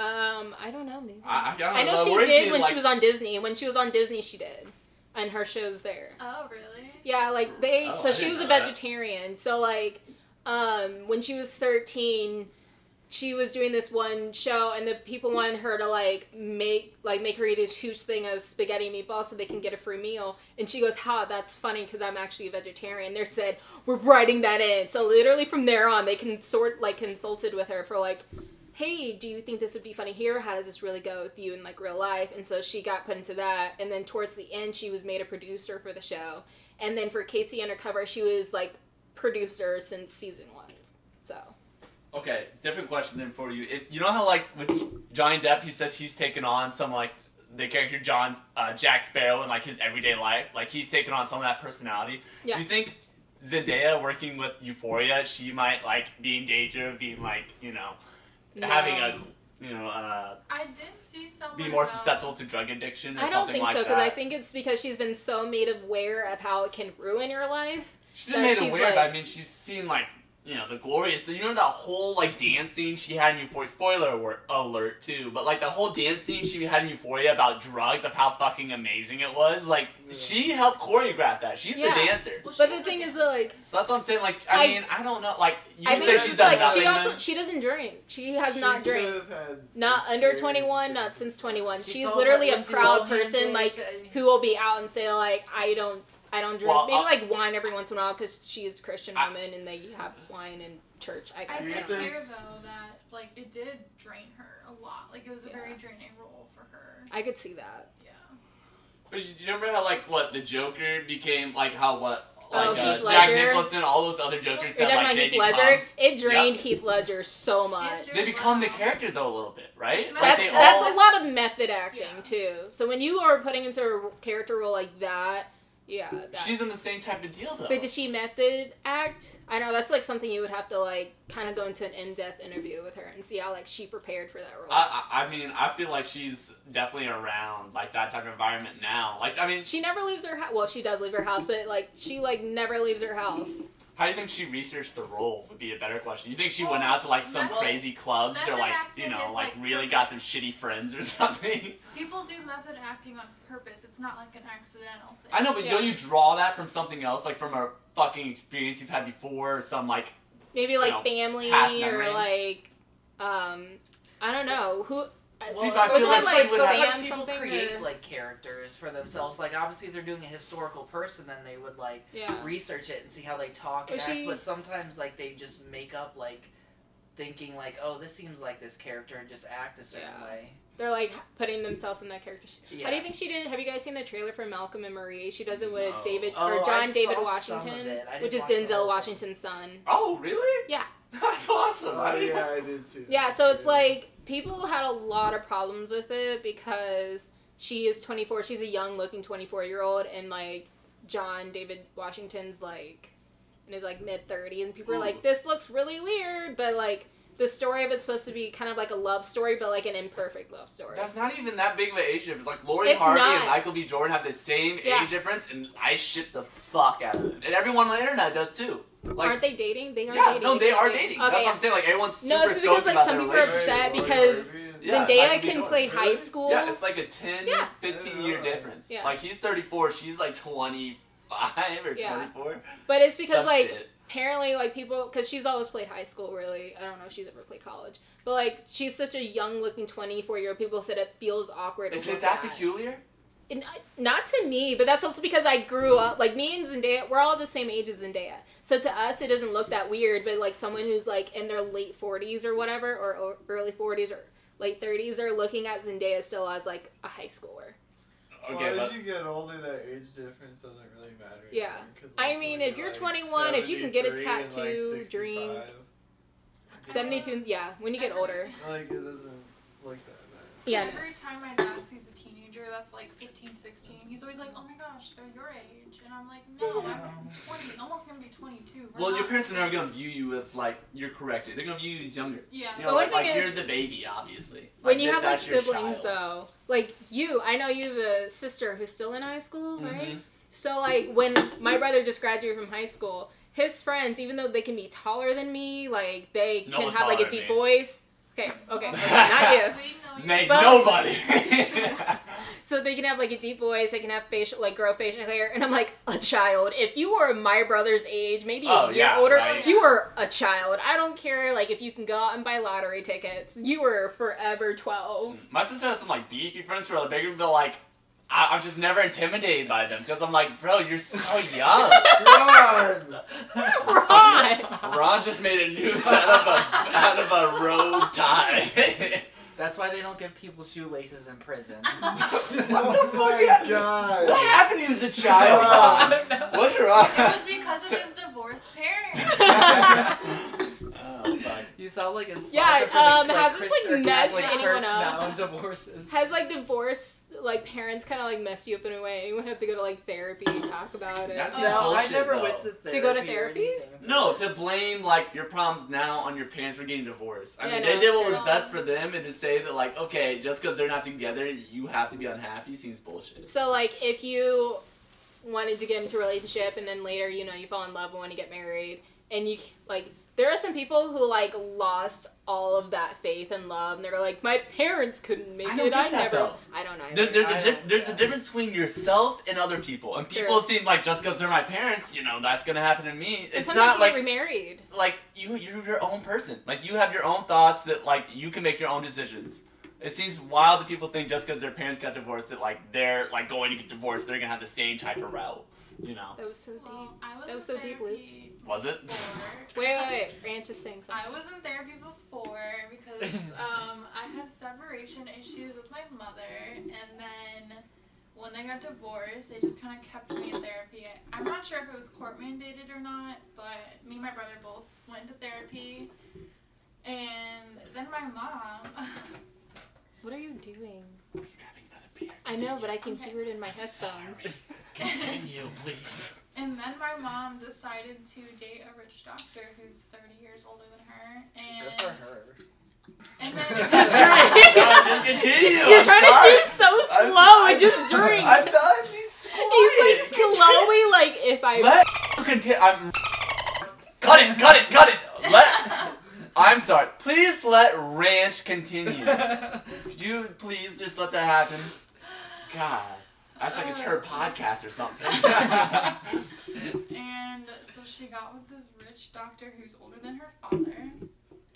Speaker 2: Um, I don't know, maybe.
Speaker 3: I, I, I, don't
Speaker 2: I know
Speaker 3: that
Speaker 2: she
Speaker 3: worries
Speaker 2: did
Speaker 3: me,
Speaker 2: when
Speaker 3: like,
Speaker 2: she was on Disney. When she was on Disney, she did. And her shows there.
Speaker 6: Oh really?
Speaker 2: Yeah, like they.
Speaker 3: Oh,
Speaker 2: so
Speaker 3: I
Speaker 2: she
Speaker 3: didn't
Speaker 2: was a
Speaker 3: know that.
Speaker 2: vegetarian. So like, um, when she was thirteen, she was doing this one show, and the people wanted her to like make like make her eat this huge thing of spaghetti and meatballs so they can get a free meal. And she goes, "Ha, that's funny because I'm actually a vegetarian." They said we're writing that in. So literally from there on, they consort like consulted with her for like. Hey, do you think this would be funny here? How does this really go with you in like real life? And so she got put into that, and then towards the end, she was made a producer for the show and then for Casey Undercover, she was like producer since season one. So
Speaker 3: Okay, different question then for you. If you know how like with Johnny Depp, he says he's taken on some like the character John uh, Jack Sparrow in like his everyday life, like he's taken on some of that personality.
Speaker 2: Yeah.
Speaker 3: You think Zendaya working with Euphoria, she might like be in danger of being like you know having a you know uh,
Speaker 6: I did see someone
Speaker 3: be more
Speaker 6: though.
Speaker 3: susceptible to drug addiction or
Speaker 2: I don't
Speaker 3: something
Speaker 2: think
Speaker 3: like
Speaker 2: so
Speaker 3: that.
Speaker 2: because I think it's because she's been so made aware of how it can ruin your life.
Speaker 3: She's been
Speaker 2: that
Speaker 3: made
Speaker 2: she's,
Speaker 3: aware, but
Speaker 2: like-
Speaker 3: I mean, she's seen like you know the glorious. You know that whole like dance scene she had in Euphoria. Spoiler awar- alert too, but like the whole dance scene she had in Euphoria about drugs of how fucking amazing it was. Like
Speaker 4: Yeah.
Speaker 3: she helped choreograph that. She's
Speaker 2: Yeah.
Speaker 3: the dancer.
Speaker 6: Well, she
Speaker 2: But the
Speaker 6: was a
Speaker 2: thing is
Speaker 6: dancer.
Speaker 2: that like
Speaker 3: So that's what I'm saying. Like I,
Speaker 2: I-
Speaker 3: mean, I don't know. Like you
Speaker 2: I
Speaker 3: would
Speaker 2: think
Speaker 3: say
Speaker 2: it's
Speaker 3: she's
Speaker 2: just
Speaker 3: done
Speaker 2: like
Speaker 3: nothing.
Speaker 2: she also
Speaker 3: then?
Speaker 2: she doesn't drink. She has
Speaker 4: She
Speaker 2: not
Speaker 4: could
Speaker 2: drank.
Speaker 4: have had
Speaker 2: Not under
Speaker 4: experiences.
Speaker 2: 21, not since 21. She's,
Speaker 5: She saw
Speaker 2: literally
Speaker 5: what
Speaker 2: a
Speaker 5: Lindsay
Speaker 2: proud
Speaker 5: Lohan
Speaker 2: person
Speaker 5: did,
Speaker 2: like
Speaker 5: she-
Speaker 2: who will be out and say like I don't I don't drink.
Speaker 3: Well,
Speaker 2: Maybe
Speaker 3: I'll-
Speaker 2: like wine every once in a while because she is a Christian
Speaker 3: I-
Speaker 2: woman and they have wine in church. I
Speaker 6: I
Speaker 2: guess.
Speaker 4: Do you
Speaker 6: did
Speaker 2: I don't know.
Speaker 4: think-
Speaker 6: hear though that like it did drain her a lot. Like it was a very
Speaker 2: Yeah.
Speaker 6: draining role for her.
Speaker 2: I could see that.
Speaker 6: Yeah.
Speaker 3: But you you remember how like what the Joker became like how what like
Speaker 2: Oh,
Speaker 3: uh,
Speaker 2: Heath
Speaker 3: Jack
Speaker 2: Ledger.
Speaker 3: Nicholson, all those other Jokers
Speaker 2: You're
Speaker 3: that
Speaker 2: talking
Speaker 3: like
Speaker 2: about
Speaker 3: they
Speaker 2: Heath
Speaker 3: become,
Speaker 2: Ledger. It drained Heath Ledger so much.
Speaker 6: Ledger.
Speaker 3: they become the
Speaker 6: Wow.
Speaker 3: character though a little bit, right?
Speaker 6: It's
Speaker 3: like
Speaker 2: That's
Speaker 3: they
Speaker 2: that's a
Speaker 3: all
Speaker 2: lot of method acting
Speaker 6: Yeah.
Speaker 2: too. So when you are putting into a character role like that, Yeah. That.
Speaker 3: She's in the same type of deal though.
Speaker 2: But does she method act? I know that's like something you would have to like kind of go into an in-depth interview with her and see how like she prepared for that role.
Speaker 3: I, I I mean I feel like she's definitely around like that type of environment now. Like I mean,
Speaker 2: she never leaves her house. Well, she does leave her house, but like she like never leaves her house.
Speaker 3: how do you think she researched the role? Would be a better question. You think she went out to like some
Speaker 6: Well,
Speaker 3: crazy clubs or
Speaker 6: method
Speaker 3: like
Speaker 6: acting
Speaker 3: you know
Speaker 6: is,
Speaker 3: like
Speaker 6: like,
Speaker 3: really
Speaker 6: the-
Speaker 3: got some shitty friends or something?
Speaker 6: People do method acting on purpose. It's not like an accidental thing.
Speaker 3: I know, but
Speaker 2: Yeah.
Speaker 3: don't you draw that from something else, like from a fucking experience you've had before, or some like
Speaker 2: Maybe like
Speaker 3: No,
Speaker 2: family
Speaker 3: past
Speaker 2: or
Speaker 3: memory.
Speaker 2: like, um, I don't know who. uh,
Speaker 5: Well,
Speaker 3: See,
Speaker 2: so
Speaker 3: I
Speaker 2: it's
Speaker 3: feel
Speaker 2: like,
Speaker 3: like she
Speaker 2: like
Speaker 3: would
Speaker 5: sometimes
Speaker 2: Sam
Speaker 5: people
Speaker 2: something.
Speaker 5: create
Speaker 2: or-
Speaker 5: like characters for themselves. Like obviously, if they're doing a historical person, then they would like
Speaker 2: yeah.
Speaker 5: research it and see how they talk and
Speaker 2: Was
Speaker 5: act.
Speaker 2: she-
Speaker 5: But sometimes, like they just make up like thinking like, oh, this seems like this character, and just act a certain
Speaker 2: Yeah.
Speaker 5: way.
Speaker 2: They're like putting themselves in that character.
Speaker 5: Yeah.
Speaker 2: How do you think she did? Have you guys seen the trailer for Malcolm and Marie? She does it with
Speaker 3: No.
Speaker 2: David
Speaker 5: Oh,
Speaker 2: or
Speaker 5: I
Speaker 2: John
Speaker 5: saw
Speaker 2: David
Speaker 5: some of
Speaker 2: Washington,
Speaker 5: it. I didn't
Speaker 2: which is
Speaker 5: watch the whole
Speaker 2: Denzel
Speaker 5: thing.
Speaker 2: Washington' son.
Speaker 3: oh really?
Speaker 2: Yeah.
Speaker 3: That's awesome. I
Speaker 4: Oh,
Speaker 3: didn't-
Speaker 4: yeah, I did see that.
Speaker 2: Yeah, so
Speaker 5: Mm-hmm.
Speaker 2: it's like people had a lot of problems with it because she is 24. She's a young looking 24 year old, and like John David Washington's like in his like mid 30s, and people are
Speaker 3: Ooh.
Speaker 2: like, this looks really weird, but like the story of it's supposed to be kind of like a love story, but like an imperfect love story.
Speaker 3: That's not even that big of an age difference. Like Lori
Speaker 2: It's
Speaker 3: Harvey and
Speaker 2: not.
Speaker 3: Michael B. Jordan have the same
Speaker 2: Yeah.
Speaker 3: age difference, and I shit the fuck out of them, and everyone on the internet does too. Like,
Speaker 2: Aren't they dating? They are
Speaker 3: yeah,
Speaker 2: dating.
Speaker 3: no, they
Speaker 2: They're
Speaker 3: are dating.
Speaker 2: Okay,
Speaker 3: That's
Speaker 2: yeah.
Speaker 3: what I'm saying. Like everyone's super
Speaker 2: No, it's because,
Speaker 3: stoked
Speaker 2: like,
Speaker 3: about
Speaker 2: some
Speaker 3: their
Speaker 2: people are
Speaker 3: relationship.
Speaker 2: upset
Speaker 4: Right,
Speaker 2: because
Speaker 4: Lori Harvey.
Speaker 3: Yeah,
Speaker 2: Zendaya
Speaker 3: Michael B.
Speaker 2: can
Speaker 3: Jordan.
Speaker 2: play high
Speaker 4: Really?
Speaker 2: school.
Speaker 3: Yeah, it's like a 10,
Speaker 2: Yeah.
Speaker 3: 15 year
Speaker 4: Yeah.
Speaker 3: difference.
Speaker 2: Yeah.
Speaker 3: Like he's 34, she's like 25 or
Speaker 2: Yeah.
Speaker 3: 24.
Speaker 2: but it's because
Speaker 3: Some
Speaker 2: like
Speaker 3: shit.
Speaker 2: apparently like people because she's always played high school really i don't know if she's ever played college but like she's such a young looking 24 year old people said it feels awkward to
Speaker 3: Is
Speaker 2: look
Speaker 3: it that
Speaker 2: at.
Speaker 3: peculiar?
Speaker 2: And I- not to me but that's also because i grew up like me and zendaya we're all the same age as zendaya so to us it doesn't look that weird but like someone who's like in their late 40s or whatever or o- early 40s or late 30s are looking at zendaya still as like a high schooler
Speaker 3: Okay,
Speaker 4: well,
Speaker 3: but
Speaker 4: as you get older, that age difference doesn't really matter.
Speaker 2: Yeah.
Speaker 4: anymore, 'cause,
Speaker 2: I
Speaker 4: like,
Speaker 2: mean,
Speaker 4: when
Speaker 2: if you're
Speaker 4: like,
Speaker 2: 21, if you can get a
Speaker 4: 73 and, like,
Speaker 2: tattoo, drink.
Speaker 4: 65,
Speaker 2: 72 yeah when you get older
Speaker 4: Like it doesn't look that bad.
Speaker 2: yeah no.
Speaker 6: Every time my dad sees a teenager that's like 15, 16, he's always like, oh my gosh, they're your age. And I'm like, no, I'm 20, almost gonna be 22. We're
Speaker 3: well, your
Speaker 6: not
Speaker 3: parents are
Speaker 6: the
Speaker 3: never
Speaker 6: same."
Speaker 3: gonna view you as like you're corrected. They're gonna view you as younger.
Speaker 6: Yeah.
Speaker 2: But
Speaker 3: You know,
Speaker 2: one
Speaker 3: like, like
Speaker 2: thing
Speaker 3: you're
Speaker 2: is-
Speaker 3: the baby, obviously.
Speaker 2: when
Speaker 3: Like,
Speaker 2: you
Speaker 3: that-
Speaker 2: have like
Speaker 3: that's your
Speaker 2: siblings
Speaker 3: child.
Speaker 2: though like you i know you have a sister who's still in high school right
Speaker 3: Mhm.
Speaker 2: so like when my brother just graduated from high school his friends even though they can be taller than me like they
Speaker 3: No
Speaker 2: can
Speaker 3: one's
Speaker 2: have like
Speaker 3: taller
Speaker 2: a
Speaker 3: than
Speaker 2: deep
Speaker 3: me.
Speaker 2: voice okay okay, okay not you
Speaker 6: We know
Speaker 3: Nate,
Speaker 6: you.
Speaker 2: But-
Speaker 3: nobody.
Speaker 2: so they can have like a deep voice they can have facial like grow facial hair and i'm like a child if you were my brother's age maybe a
Speaker 3: Oh,
Speaker 2: year
Speaker 3: yeah,
Speaker 2: older
Speaker 3: right.
Speaker 2: you were a child i don't care like if you can go out and buy lottery tickets you were forever 12
Speaker 3: My sister has some like beefy friends who are bigger, but like I- I'm just never intimidated by them because I'm like, bro, you're so young.
Speaker 4: Run!
Speaker 2: Ron!
Speaker 3: Ron just made a noose out of a out of a road tie.
Speaker 5: That's why they don't give people shoelaces in prison.
Speaker 4: oh
Speaker 3: fuck
Speaker 4: my
Speaker 3: yeah.
Speaker 4: god!
Speaker 3: what happened to you as a child?
Speaker 5: I don't know.
Speaker 3: What's
Speaker 6: It
Speaker 3: wrong?
Speaker 6: was because of his divorced parents.
Speaker 3: Oh, fuck.
Speaker 5: You sound like a sponsor
Speaker 2: Yeah,
Speaker 5: for the,
Speaker 2: um,
Speaker 5: like,
Speaker 2: has this,
Speaker 5: Christ-
Speaker 2: like,
Speaker 5: or
Speaker 2: messed
Speaker 5: Catholic
Speaker 2: anyone
Speaker 5: Church
Speaker 2: up?
Speaker 5: now and divorces.
Speaker 2: Has like divorced like parents kind of like messed you up in a way? You would have to go to like therapy and talk about it.
Speaker 3: That's
Speaker 5: No,
Speaker 3: just bullshit,
Speaker 5: I never
Speaker 3: though.
Speaker 5: went to therapy.
Speaker 2: To go to
Speaker 5: or
Speaker 2: therapy?
Speaker 5: anything.
Speaker 3: No, to blame like your problems now on your parents for getting divorced. I
Speaker 2: Yeah,
Speaker 3: mean,
Speaker 2: no,
Speaker 3: they did what was
Speaker 6: true.
Speaker 3: best for them, and to say that like, okay, just because they're not together, you have to be unhappy seems bullshit.
Speaker 2: so like if you wanted to get into a relationship and then later you know you fall in love and want to get married and you like there are some people who like lost all of that faith and love and they were like my parents couldn't make
Speaker 3: I don't
Speaker 2: it.
Speaker 3: get
Speaker 2: I
Speaker 3: that,
Speaker 2: never.
Speaker 3: though.
Speaker 2: I don't know.
Speaker 3: There, there's
Speaker 5: I
Speaker 3: a dif-
Speaker 5: don't-
Speaker 3: there's
Speaker 5: yeah.
Speaker 3: a difference between yourself and other people, and people
Speaker 2: True.
Speaker 3: seem like just because they're my parents, you know, that's gonna happen to me.
Speaker 2: And
Speaker 3: It's
Speaker 2: sometimes
Speaker 3: not
Speaker 2: you
Speaker 3: like
Speaker 2: get remarried.
Speaker 3: like you you're your own person. Like you have your own thoughts that like you can make your own decisions. It seems wild that people think just because their parents got divorced that like they're like going to get divorced, they're gonna have the same type of route. You know?
Speaker 2: That was so deep.
Speaker 6: Well, I was
Speaker 2: That was
Speaker 6: in
Speaker 2: so deep, Luke.
Speaker 6: therapy
Speaker 3: Was it?
Speaker 6: before.
Speaker 2: Wait, wait, wait. Ranch is saying something.
Speaker 6: I was in therapy before because um, I had separation issues with my mother, and then when they got divorced, they just kind of kept me in therapy. I- I'm not sure if it was court mandated or not, but me and my brother both went to therapy. And then my mom,
Speaker 2: What are you doing?
Speaker 3: Grabbing another Peter.
Speaker 2: I know, but I can
Speaker 6: Okay.
Speaker 2: hear it in my
Speaker 3: I'm
Speaker 2: headphones.
Speaker 3: sorry. Continue, please.
Speaker 6: And then my mom decided to date a rich doctor who's 30 years older than her. And,
Speaker 5: Just for her.
Speaker 6: And then
Speaker 2: Just drink.
Speaker 3: God, just continue.
Speaker 2: You're
Speaker 3: I'm
Speaker 2: trying
Speaker 3: sorry.
Speaker 2: to do so
Speaker 4: I'm-
Speaker 2: slow.
Speaker 4: I'm-
Speaker 2: just drink.
Speaker 4: I'm done. He's
Speaker 2: He's like
Speaker 4: quiet.
Speaker 2: slowly, like if I
Speaker 3: Let continue. I'm. Cut it! Cut it! Cut it! Let. I'm sorry. Please let Ranch continue. Could you please just let that happen? God, that's like it's her
Speaker 2: Oh.
Speaker 3: podcast or something.
Speaker 6: and so she got with this rich doctor who's older than her father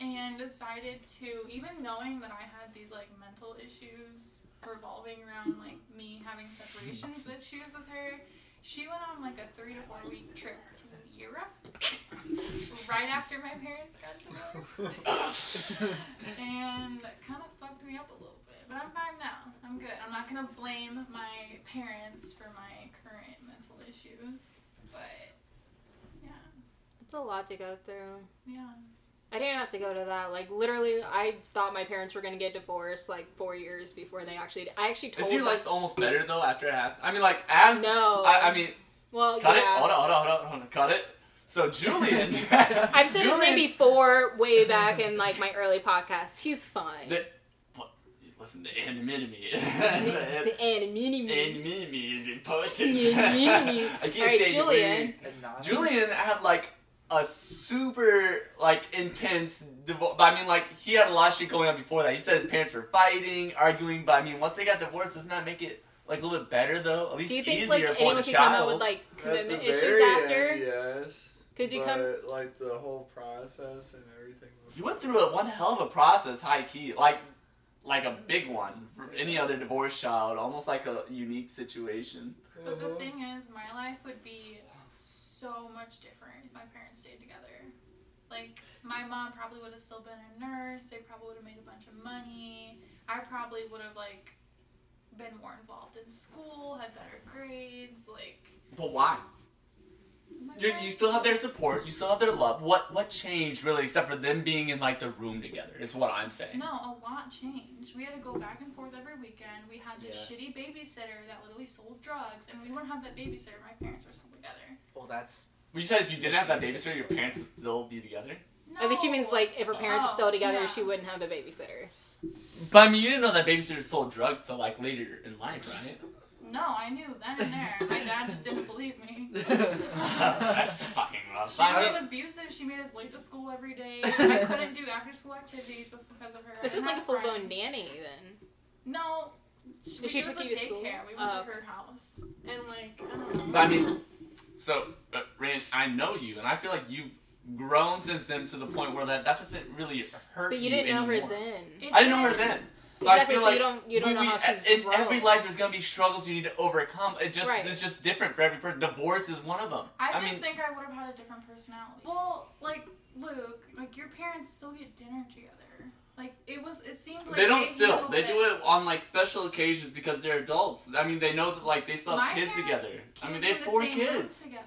Speaker 6: and decided to, even knowing that I had these like mental issues revolving around like me having separations with issues with her, she went on like a three to four week trip to Europe right after my parents got divorced and kind of fucked me up a little bit. But I'm fine now. I'm good. I'm not gonna blame my parents for my current mental issues. But yeah,
Speaker 2: It's a lot to go through.
Speaker 6: yeah.
Speaker 2: I didn't have to go to that. Like literally, I thought my parents were gonna get divorced like four years before they actually. Did. I actually told.
Speaker 3: Is your
Speaker 2: them-
Speaker 3: life almost better though after it happened? I mean, like as
Speaker 2: No.
Speaker 3: I, I mean,
Speaker 2: well,
Speaker 3: cut it.
Speaker 2: yeah.
Speaker 3: Hold on, hold on, hold on, hold on. Cut it. So Julian,
Speaker 2: I've said his
Speaker 3: Julian,
Speaker 2: name before, way back in like my early podcasts. He's fine.
Speaker 3: The- Listen to anonymity.
Speaker 2: the, the anonymity.
Speaker 3: Anonymity is important.
Speaker 2: Anonymity.
Speaker 3: I can't
Speaker 2: Alright,
Speaker 3: say the word.
Speaker 2: Julian.
Speaker 5: Anonymous.
Speaker 3: Julian had like a super like intense divorce. I mean, like he had a lot of shit going on before that. He said his parents were fighting, arguing. But I mean, once they got divorced, doesn't that make it like a little bit better though? At least
Speaker 2: Do you think like
Speaker 3: easier for
Speaker 2: anyone
Speaker 3: the
Speaker 2: could come out
Speaker 3: child.
Speaker 2: with like
Speaker 4: At the
Speaker 2: commitment issues
Speaker 4: very
Speaker 2: after?
Speaker 4: end, yes.
Speaker 2: Could you come?
Speaker 4: but, like the whole process and everything.
Speaker 3: you went through a, one hell of a process, high key, like like a big one for any other divorce child. Almost like a unique situation.
Speaker 6: But the
Speaker 3: Uh-huh.
Speaker 4: Mhm.
Speaker 6: thing is, my life would be so much different if my parents stayed together. Like, my mom probably would have still been a nurse. They probably would have made a bunch of money. I probably would have, like, been more involved in school, had better grades. Like,
Speaker 3: But why?
Speaker 6: my
Speaker 3: You, you
Speaker 6: parents-
Speaker 3: still have their support. You still have their love. What what changed really, except for them being in like the room together? Is what I'm saying.
Speaker 6: No, a lot changed. We had to go back and forth every weekend. We had this shitty babysitter that literally sold drugs, and we wouldn't have that babysitter. My parents were still together.
Speaker 5: Well, that's
Speaker 3: Well, you said if you didn't have that babysitter, your parents would still be together.
Speaker 6: No.
Speaker 2: I think she means like if her parents are still
Speaker 6: Oh,
Speaker 2: together,
Speaker 6: yeah.
Speaker 2: she wouldn't have the babysitter.
Speaker 3: But I mean, you didn't know that babysitters sold drugs till like later in life, right?
Speaker 6: No, I knew then and there. My dad just didn't believe me.
Speaker 3: That's fucking rough.
Speaker 6: She
Speaker 3: I
Speaker 6: was
Speaker 3: mean,
Speaker 6: abusive. She made us late to school every day. I couldn't do after school activities because of her. I
Speaker 2: This is
Speaker 6: didn't
Speaker 2: like a
Speaker 6: have
Speaker 2: full blown
Speaker 6: friends.
Speaker 2: nanny then.
Speaker 6: No. She,
Speaker 2: Did she
Speaker 6: it was
Speaker 2: took
Speaker 6: like
Speaker 2: you to school?
Speaker 6: daycare. We went
Speaker 2: Oh.
Speaker 6: to her house. And like, I don't
Speaker 3: but
Speaker 6: know.
Speaker 3: I mean, so uh, Rand, I know you, and I feel like you've grown since then to the point where that that doesn't really hurt.
Speaker 2: But you didn't know her
Speaker 3: anymore.
Speaker 2: then.
Speaker 6: It
Speaker 3: I didn't know her
Speaker 6: did.
Speaker 3: then. But I
Speaker 2: Exactly.
Speaker 3: feel
Speaker 2: So
Speaker 3: like
Speaker 2: you don't you don't
Speaker 3: we-
Speaker 2: know
Speaker 3: we-
Speaker 2: how she's
Speaker 3: in
Speaker 2: grown.
Speaker 3: every life, there's gonna be struggles you need to overcome. It just
Speaker 2: Right.
Speaker 3: it's just different for every person. Divorce is one of them.
Speaker 6: I just
Speaker 3: mean,
Speaker 6: think I would have had a different personality. Well, like Luke, like your parents still get dinner together. Like it was, it seemed like
Speaker 3: they don't still.
Speaker 6: handled
Speaker 3: They do it on like special occasions because they're adults. I mean, they know that like they still
Speaker 6: My
Speaker 3: have kids together.
Speaker 6: parents
Speaker 3: I mean,
Speaker 6: can't
Speaker 3: they have
Speaker 6: be in the
Speaker 3: four
Speaker 6: same room
Speaker 3: kids.
Speaker 6: together.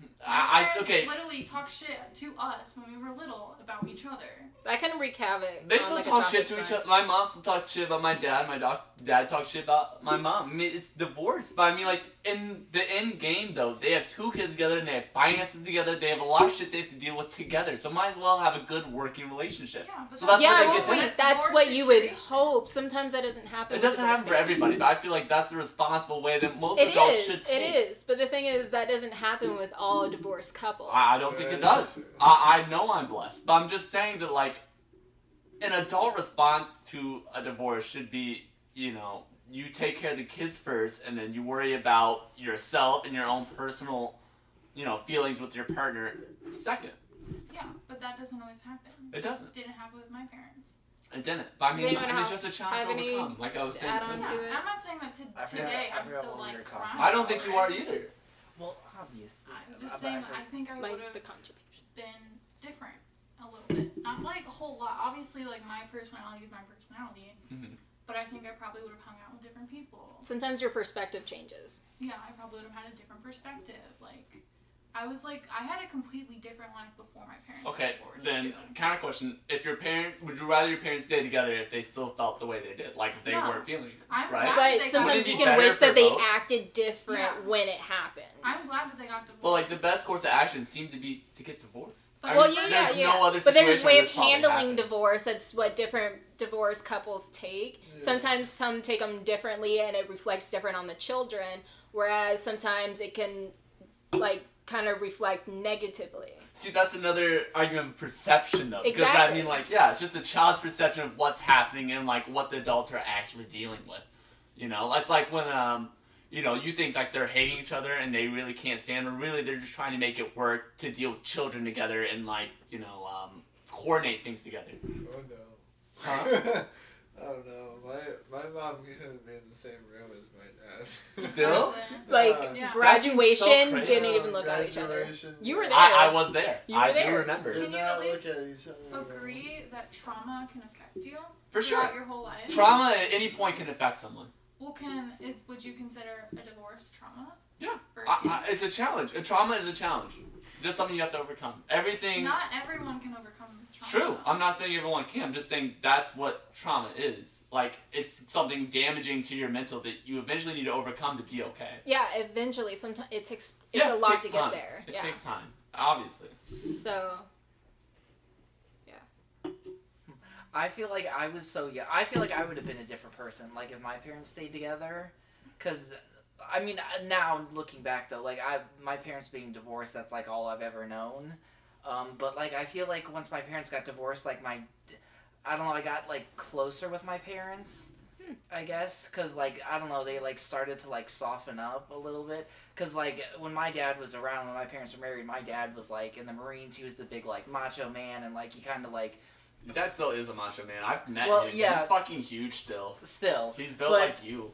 Speaker 6: My
Speaker 3: I, I
Speaker 6: parents
Speaker 3: okay.
Speaker 6: Literally talk shit to us when we were little about each other.
Speaker 2: That can wreak havoc.
Speaker 3: They
Speaker 2: on,
Speaker 3: still
Speaker 2: like, a
Speaker 3: talk
Speaker 2: childhood
Speaker 3: shit to each
Speaker 2: friend.
Speaker 3: other. My mom still talks shit about my dad. My doc- dad talks shit about my mom. I mean, it's divorce, but I mean, like in the end game, though, they have two kids together and they have finances together. They have a lot of shit they have to deal with together. So might as well have a good working relationship.
Speaker 6: Yeah, but
Speaker 3: So that's
Speaker 2: yeah,
Speaker 3: what they
Speaker 2: well,
Speaker 3: get to
Speaker 2: wait,
Speaker 3: do.
Speaker 2: that's,
Speaker 6: That's your
Speaker 2: what you would
Speaker 6: situation.
Speaker 2: hope. Sometimes that doesn't happen.
Speaker 3: It
Speaker 2: with
Speaker 3: doesn't
Speaker 2: divorced
Speaker 3: happen for
Speaker 2: parents.
Speaker 3: everybody, but I feel like that's the responsible way that most
Speaker 2: It
Speaker 3: adults
Speaker 2: is.
Speaker 3: should. take.
Speaker 2: It is. But the thing is, that doesn't happen with all divorced couples.
Speaker 3: I, I don't think it does. I, I know I'm blessed, but I'm just saying that like an adult response to a divorce should be, you know, you take care of the kids first and then you worry about yourself and your own personal, you know, feelings with your partner second.
Speaker 6: Yeah, but that doesn't always happen.
Speaker 3: It doesn't.
Speaker 6: Didn't happen with my parents.
Speaker 3: It didn't. But I
Speaker 2: Does
Speaker 3: mean,
Speaker 2: anyone
Speaker 3: I mean it's
Speaker 2: else
Speaker 3: just a challenge
Speaker 2: have
Speaker 3: to
Speaker 2: any
Speaker 3: overcome, like I was saying.
Speaker 2: add on
Speaker 6: Yeah,
Speaker 2: to it?
Speaker 6: I'm not saying that
Speaker 5: I
Speaker 6: to,
Speaker 5: forgot-
Speaker 6: today
Speaker 5: I
Speaker 6: I'm
Speaker 5: forgot
Speaker 6: still
Speaker 5: what we were
Speaker 6: like
Speaker 5: talking
Speaker 6: crying.
Speaker 5: about.
Speaker 3: I don't think you
Speaker 6: about
Speaker 3: are
Speaker 6: it.
Speaker 3: either.
Speaker 5: well, obviously.
Speaker 6: I'm just
Speaker 5: But
Speaker 6: saying,
Speaker 5: for-
Speaker 6: I think I would
Speaker 2: Like
Speaker 6: have
Speaker 2: the contribution.
Speaker 6: been different a little bit. Not like a whole lot. Obviously, like my personality is my personality.
Speaker 3: Mhm.
Speaker 6: But I think I probably would have hung out with different people.
Speaker 2: Sometimes your perspective changes.
Speaker 6: Yeah, I probably would have had a different perspective. Like, I was like, I had a completely different life before my parents
Speaker 3: Okay,
Speaker 6: were divorced.
Speaker 3: then
Speaker 6: too.
Speaker 3: counter question: If your parent, would you rather your parents stay together if they still felt the way they did, like if they
Speaker 6: No.
Speaker 3: weren't feeling it, right?
Speaker 6: I'm glad that
Speaker 2: But
Speaker 6: they
Speaker 2: sometimes
Speaker 3: Wouldn't it
Speaker 6: got,
Speaker 2: you
Speaker 3: be
Speaker 2: can
Speaker 3: better
Speaker 2: wish
Speaker 3: for
Speaker 2: that they
Speaker 3: both?
Speaker 2: acted different
Speaker 6: Yeah.
Speaker 2: when it happened.
Speaker 6: I'm glad that they got divorced.
Speaker 3: But like the best course of action seemed to be to get divorced. I
Speaker 2: well,
Speaker 3: mean,
Speaker 2: yeah,
Speaker 3: there's
Speaker 2: yeah,
Speaker 3: no
Speaker 2: yeah.
Speaker 3: other
Speaker 2: but there's
Speaker 3: situation
Speaker 2: way
Speaker 3: where
Speaker 2: of
Speaker 3: this probably
Speaker 2: handling
Speaker 3: happened.
Speaker 2: divorce. That's what different divorce couples take.
Speaker 4: Yeah.
Speaker 2: Sometimes some take them differently, and it reflects different on the children. Whereas sometimes it can, like, kind of reflect negatively.
Speaker 3: See, that's another argument of perception, though. Because, I
Speaker 2: Exactly.
Speaker 3: mean, like, yeah, it's just the child's perception of what's happening and, like, what the adults are actually dealing with. You know? It's like when, um, you know, you think, like, they're hating each other and they really can't stand, but really they're just trying to make it work to deal with children together and, like, you know, um, coordinate things together.
Speaker 4: Oh no.
Speaker 3: Huh?
Speaker 4: oh no. My my mom couldn't be in the same room as my dad.
Speaker 3: Still?
Speaker 2: Like
Speaker 4: Uh,
Speaker 6: Yeah.
Speaker 3: That seems so
Speaker 2: graduation
Speaker 3: crazy.
Speaker 2: didn't even look at each other.
Speaker 4: Graduation,
Speaker 2: You were
Speaker 4: yeah.
Speaker 2: there.
Speaker 3: I, I was there.
Speaker 2: You
Speaker 3: I
Speaker 2: were
Speaker 3: do
Speaker 2: there.
Speaker 4: Did
Speaker 3: remember.
Speaker 6: Can you
Speaker 4: not
Speaker 6: at
Speaker 4: look
Speaker 6: least
Speaker 4: at each other.
Speaker 6: Agree that trauma can affect you
Speaker 3: For sure.
Speaker 6: throughout your whole life.
Speaker 3: Trauma at any point can affect someone.
Speaker 6: Well, can is, would you consider a divorce trauma?
Speaker 3: Yeah.
Speaker 6: Or
Speaker 3: I, I, it's a challenge. A trauma is a challenge. Just something you have to overcome. Everything.
Speaker 6: not everyone can overcome trauma.
Speaker 3: True. I'm not saying everyone can. I'm just saying that's what trauma is. Like it's something damaging to your mental that you eventually need to overcome to be okay.
Speaker 2: Yeah, eventually, sometimes it takes it's
Speaker 3: Yeah,
Speaker 2: a
Speaker 3: it
Speaker 2: lot
Speaker 3: takes
Speaker 2: to get
Speaker 3: time.
Speaker 2: there.
Speaker 3: It
Speaker 2: yeah.
Speaker 3: takes time, obviously.
Speaker 2: So
Speaker 5: I feel like I was so young. I feel like I would have been a different person, like if my parents stayed together. Cause, I mean, uh, now looking back though, like I my parents being divorced, that's like all I've ever known. Um, but like I feel like once my parents got divorced, like my, I don't know, I got like closer with my parents. I guess, cause like I don't know, they like started to like soften up a little bit. Cause like when my dad was around, when my parents were married, my dad was like in the Marines. He was the big like macho man, and like he kind of like
Speaker 3: That still is a macho man. I've met
Speaker 5: Well,
Speaker 3: him.
Speaker 5: yeah.
Speaker 3: He's fucking huge still.
Speaker 5: still
Speaker 3: He's built
Speaker 5: But-
Speaker 3: like you,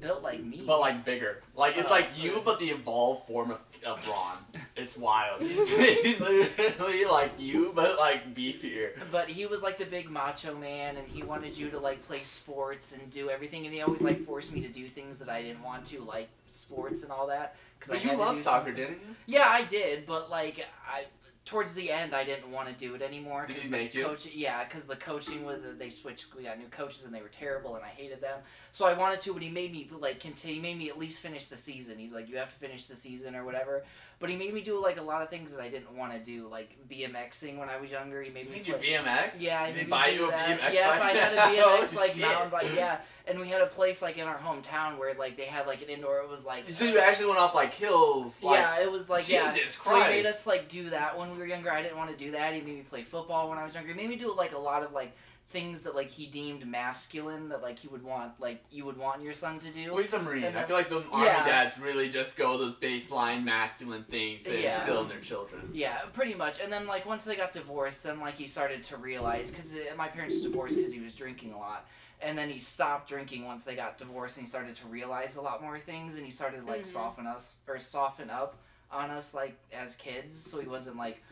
Speaker 5: built like me.
Speaker 3: but like bigger. Like it's
Speaker 5: Oh.
Speaker 3: like you, but the evolved form of, of Braun. It's wild. He's, he's literally like you, but like beefier.
Speaker 5: But he was like the big macho man, and he wanted you to like play sports and do everything, and he always like forced me to do things that I didn't want to, like sports and all that. Because I
Speaker 3: But you
Speaker 5: had to
Speaker 3: love
Speaker 5: do
Speaker 3: soccer,
Speaker 5: something.
Speaker 3: didn't you?
Speaker 5: Yeah, I did, but like I towards the end, I didn't want to do it anymore.
Speaker 3: Did
Speaker 5: 'cause
Speaker 3: he
Speaker 5: the
Speaker 3: make you?
Speaker 5: Coach, yeah, because the coaching was uh, they switched. We got new coaches, and they were terrible, and I hated them. So I wanted to, but he made me like continue. He made me at least finish the season. He's like, you have to finish the season or whatever. But he made me do like a lot of things that I didn't want to do, like BMXing when I was younger. He made
Speaker 3: You
Speaker 5: me
Speaker 3: need
Speaker 5: play-
Speaker 3: your BMX.
Speaker 5: yeah, I
Speaker 3: you
Speaker 5: made me
Speaker 3: buy
Speaker 5: do
Speaker 3: you a
Speaker 5: that.
Speaker 3: BMX.
Speaker 5: Yes, I
Speaker 3: bike?
Speaker 5: had a
Speaker 3: Oh,
Speaker 5: BMX like
Speaker 3: shit.
Speaker 5: mountain bike. Yeah, and we had a place like in our hometown where like they had like an indoor. It was like
Speaker 3: So you actually went off like hills, like
Speaker 5: yeah, it was like yeah.
Speaker 3: Jesus
Speaker 5: So he made
Speaker 3: Christ.
Speaker 5: us like do that when we were younger. I didn't want to do that. He made me play football when I was younger. He made me do like a lot of like things that like he deemed masculine that like he would want like you would want your son to do.
Speaker 3: At least I'm reading.
Speaker 5: And
Speaker 3: I
Speaker 5: then-
Speaker 3: feel like the army
Speaker 5: Yeah.
Speaker 3: dads really just go those baseline masculine things they
Speaker 5: Yeah.
Speaker 3: instill in their children.
Speaker 5: Yeah, pretty much. And then like once they got divorced, then like he started to realize because my parents divorced because he was drinking a lot, and then he stopped drinking once they got divorced, and he started to realize a lot more things, and he started like
Speaker 2: Mhm.
Speaker 5: soften us or soften up on us like as kids, so he wasn't like.